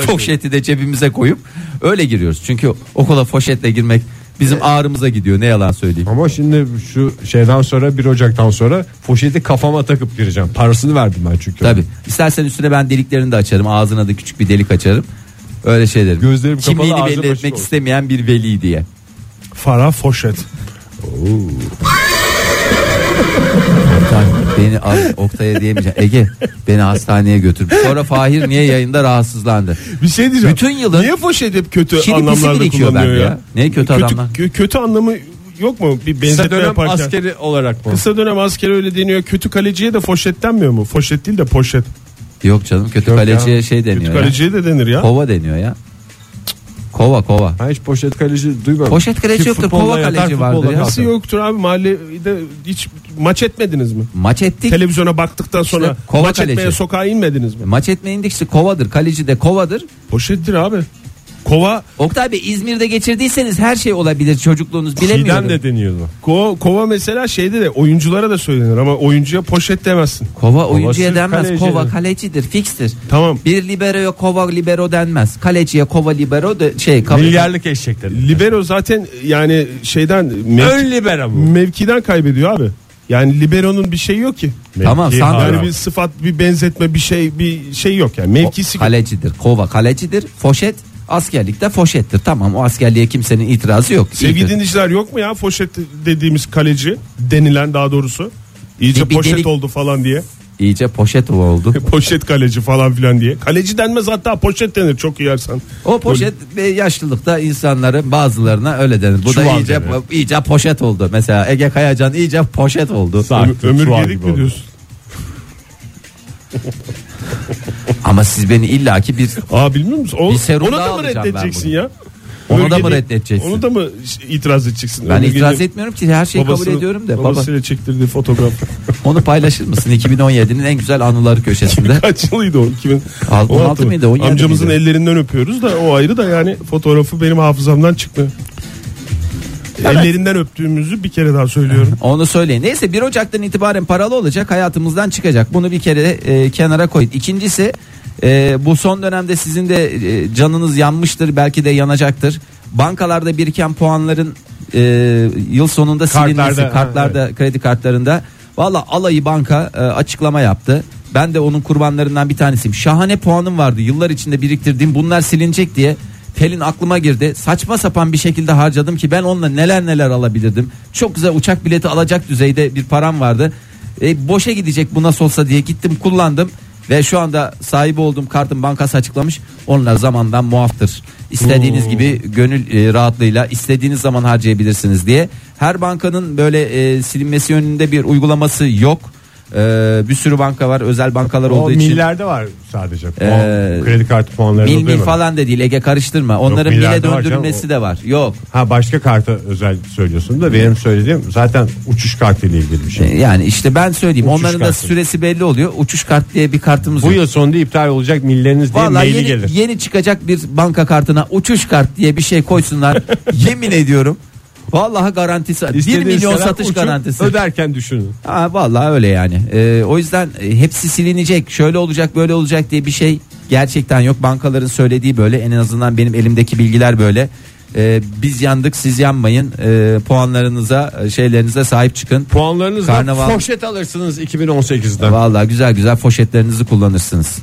Speaker 4: Foşeti de cebimize koyup öyle giriyoruz. Çünkü okula foşetle girmek bizim
Speaker 3: Ee,
Speaker 4: ağrımıza gidiyor ne yalan söyleyeyim.
Speaker 3: Ama şimdi şu şeyden sonra 1 Ocak'tan sonra poşeti kafama takıp gireceğim. Parasını verdim ben çünkü.
Speaker 4: Tabi. İstersen üstüne ben deliklerini de açarım. Ağzına da küçük bir delik açarım. Öyle şey derim.
Speaker 3: Gözlerim kapalı,
Speaker 4: Kimliğini
Speaker 3: ağzım
Speaker 4: belli
Speaker 3: açık
Speaker 4: etmek
Speaker 3: olsun.
Speaker 4: istemeyen bir veli diye.
Speaker 5: Fara foşet.
Speaker 4: Oktay, beni al- Oktay'a diyemeyeceğim. Ege beni hastaneye götür. Sonra Fahir niye yayında rahatsızlandı?
Speaker 5: Bir şey diyeceğim.
Speaker 4: Bütün yılın-
Speaker 5: Niye foşet hep kötü
Speaker 4: Şimdi bizi
Speaker 5: anlamlarda
Speaker 4: birikiyor
Speaker 5: kullanılıyor
Speaker 4: bende
Speaker 5: ya?
Speaker 4: ya. Ne kötü adamlar?
Speaker 5: kö- kötü anlamı yok mu? Bir
Speaker 3: Kısa
Speaker 5: benzetme
Speaker 3: dönem
Speaker 5: yaparken.
Speaker 3: askeri olarak mı?
Speaker 5: Kısa dönem askeri öyle deniyor. Kötü kaleciye de foşet denmiyor mu? Foşet değil de poşet.
Speaker 4: Yok canım kötü
Speaker 3: Yok ya.
Speaker 4: kaleciye şey deniyor
Speaker 5: Kötü
Speaker 4: ya.
Speaker 5: kaleciye de denir ya.
Speaker 4: Kova deniyor ya. Kova kova.
Speaker 3: Ben hiç poşet kaleci duymadım.
Speaker 4: Poşet kaleci
Speaker 3: Ki
Speaker 4: yoktur,
Speaker 3: futbolla
Speaker 4: kova
Speaker 3: yatar,
Speaker 4: kaleci
Speaker 3: futbolla
Speaker 4: vardır ya.
Speaker 3: kalkar.
Speaker 5: Nasıl yoktur abi mahallede hiç maç etmediniz mi?
Speaker 4: Maç ettik.
Speaker 5: Televizyona baktıktan sonra
Speaker 4: İşte kova
Speaker 5: maç
Speaker 4: kaleci.
Speaker 5: etmeye sokağa inmediniz mi?
Speaker 4: Maç etme indeksi kovadır. Kaleci de kovadır.
Speaker 5: Poşettir abi. Kova
Speaker 4: Oktay Bey İzmir'de geçirdiyseniz her şey olabilir. Çocukluğunuz bilemiyorum.
Speaker 3: Çiğdem de deniyordu.
Speaker 5: kova, kova mesela şeyde de oyunculara da söylenir ama oyuncuya poşet demezsin.
Speaker 4: Kova oyuncuya
Speaker 3: Kovasız
Speaker 4: denmez.
Speaker 3: kaleci.
Speaker 4: Kova kalecidir, fikstir.
Speaker 5: Tamam.
Speaker 4: Bir liberoya kova libero denmez. Kaleciye kova libero de şey kava-
Speaker 3: Milyarlık eşekleri.
Speaker 5: Libero zaten yani şeyden mev-
Speaker 3: Ön libero bu.
Speaker 5: mevkiden kaybediyor abi. Yani libero'nun bir şeyi yok ki.
Speaker 4: Tamam,
Speaker 3: Mevki
Speaker 4: sandal-
Speaker 5: Yani
Speaker 3: haram.
Speaker 5: bir sıfat, bir benzetme, bir şey, bir şey yok yani. Mevkisi
Speaker 4: Kalecidir. Kova kalecidir. Foşet askerlikte foşettir. Tamam o askerliğe kimsenin itirazı yok.
Speaker 5: Sevgili
Speaker 4: İyidir.
Speaker 5: dinleyiciler yok mu ya poşet dediğimiz kaleci denilen daha doğrusu. İyice
Speaker 4: Bir- bir
Speaker 5: poşet
Speaker 4: delik-
Speaker 5: oldu falan diye.
Speaker 4: İyice poşet oldu.
Speaker 5: Poşet kaleci falan filan diye. Kaleci denmez hatta poşet denir çok iyi yersen.
Speaker 4: O poşet ve yaşlılıkta insanların bazılarına öyle denir. Bu da
Speaker 5: Çuval
Speaker 4: iyice
Speaker 5: denir.
Speaker 4: iyice poşet oldu. Mesela Ege Kayacan iyice poşet oldu.
Speaker 5: Ömür-
Speaker 3: Sarktı, çuval
Speaker 5: ömürgelik
Speaker 3: gibi
Speaker 5: mi
Speaker 3: oldu.
Speaker 5: diyorsun?
Speaker 4: Ama siz beni illaki bir
Speaker 5: Aa bilmiyor musun? O,
Speaker 4: Bir serum
Speaker 5: onu da
Speaker 4: daha
Speaker 5: mı
Speaker 4: alacağım
Speaker 5: reddedeceksin
Speaker 4: ben bunu.
Speaker 5: ya?
Speaker 4: Ona da mı
Speaker 5: Ömürgelik-
Speaker 4: reddedeceksin?
Speaker 5: Onu da mı ş- itiraz edeceksin?
Speaker 4: ben
Speaker 5: Ömürgelik-
Speaker 4: itiraz etmiyorum ki her şeyi kabul
Speaker 5: babasının-
Speaker 4: ediyorum da baba
Speaker 5: Babasıyla çektirdiği fotoğraf.
Speaker 4: onu paylaşır mısın 2017'nin en güzel anıları köşesinde
Speaker 5: Kaç yılıydı o? 2000,
Speaker 4: Altı-
Speaker 5: 16
Speaker 4: mıydı, 17
Speaker 5: Amcamızın
Speaker 4: miydi?
Speaker 5: ellerinden öpüyoruz da o ayrı da yani fotoğrafı benim hafızamdan çıktı. Ellerinden öptüğümüzü bir kere daha söylüyorum.
Speaker 4: onu söyleyin. Neyse 1 Ocak'tan itibaren paralı olacak hayatımızdan çıkacak bunu bir kere e, kenara koyun. İkincisi e, bu son dönemde sizin de e, canınız yanmıştır belki de yanacaktır. Bankalarda biriken puanların e, yıl sonunda silinmesi
Speaker 3: Kartlarda,
Speaker 4: kartlarda kredi kartlarında valla alayı banka e, açıklama yaptı. Ben de onun kurbanlarından bir tanesiyim. Şahane puanım vardı yıllar içinde biriktirdiğim bunlar silinecek diye Pelin aklıma girdi. Saçma sapan bir şekilde harcadım ki ben onunla neler neler alabilirdim. Çok güzel uçak bileti alacak düzeyde bir param vardı. E, boşa gidecek bu nasıl olsa diye gittim kullandım. Ve şu anda sahibi olduğum kartın bankası açıklamış. Onlar zamandan muaftır. İstediğiniz gibi gönül e, rahatlığıyla istediğiniz zaman harcayabilirsiniz diye. Her bankanın böyle e, silinmesi yönünde bir uygulaması yok. E, bir sürü banka var özel bankalar
Speaker 3: O
Speaker 4: olduğu için.
Speaker 3: millerde var sadece. Puan,
Speaker 4: Ee,
Speaker 3: kredi kartı puanları
Speaker 4: Mil
Speaker 3: da
Speaker 4: mil
Speaker 3: duymadım.
Speaker 4: falan da değil Ege karıştırma. Onların
Speaker 3: milyarda
Speaker 4: bile
Speaker 3: var canım,
Speaker 4: döndürülmesi
Speaker 3: o-
Speaker 4: de var. Yok.
Speaker 3: Ha başka karta özel söylüyorsun da benim söylediğim zaten uçuş kartıyla ilgili bir
Speaker 4: E,
Speaker 3: şey.
Speaker 4: Yani işte ben söyleyeyim
Speaker 3: Uçuş
Speaker 4: onların da
Speaker 3: kartı.
Speaker 4: süresi belli oluyor. Uçuş kart diye bir kartımız
Speaker 3: Bu
Speaker 4: yok.
Speaker 3: yıl sonunda iptal olacak milleriniz diye
Speaker 4: Vallahi
Speaker 3: maili
Speaker 4: yeni,
Speaker 3: gelir.
Speaker 4: yeni çıkacak bir banka kartına uçuş kart diye bir şey koysunlar. Yemin ediyorum. Vallahi garantisi. 1
Speaker 3: İstediğiniz
Speaker 4: milyon
Speaker 3: kadar
Speaker 4: satış
Speaker 3: uçun,
Speaker 4: garantisi.
Speaker 3: Öderken düşünün.
Speaker 4: Ha, vallahi öyle yani. Ee, o yüzden e, hepsi silinecek, şöyle olacak, böyle olacak diye bir şey gerçekten yok. Bankaların söylediği böyle en azından benim elimdeki bilgiler böyle. Ee, biz yandık, siz yanmayın. Ee, puanlarınıza, e, şeylerinize sahip çıkın.
Speaker 3: Puanlarınızla
Speaker 4: Karnaval-
Speaker 3: poşet alırsınız 2018'den.
Speaker 4: Vallahi güzel güzel foşetlerinizi kullanırsınız.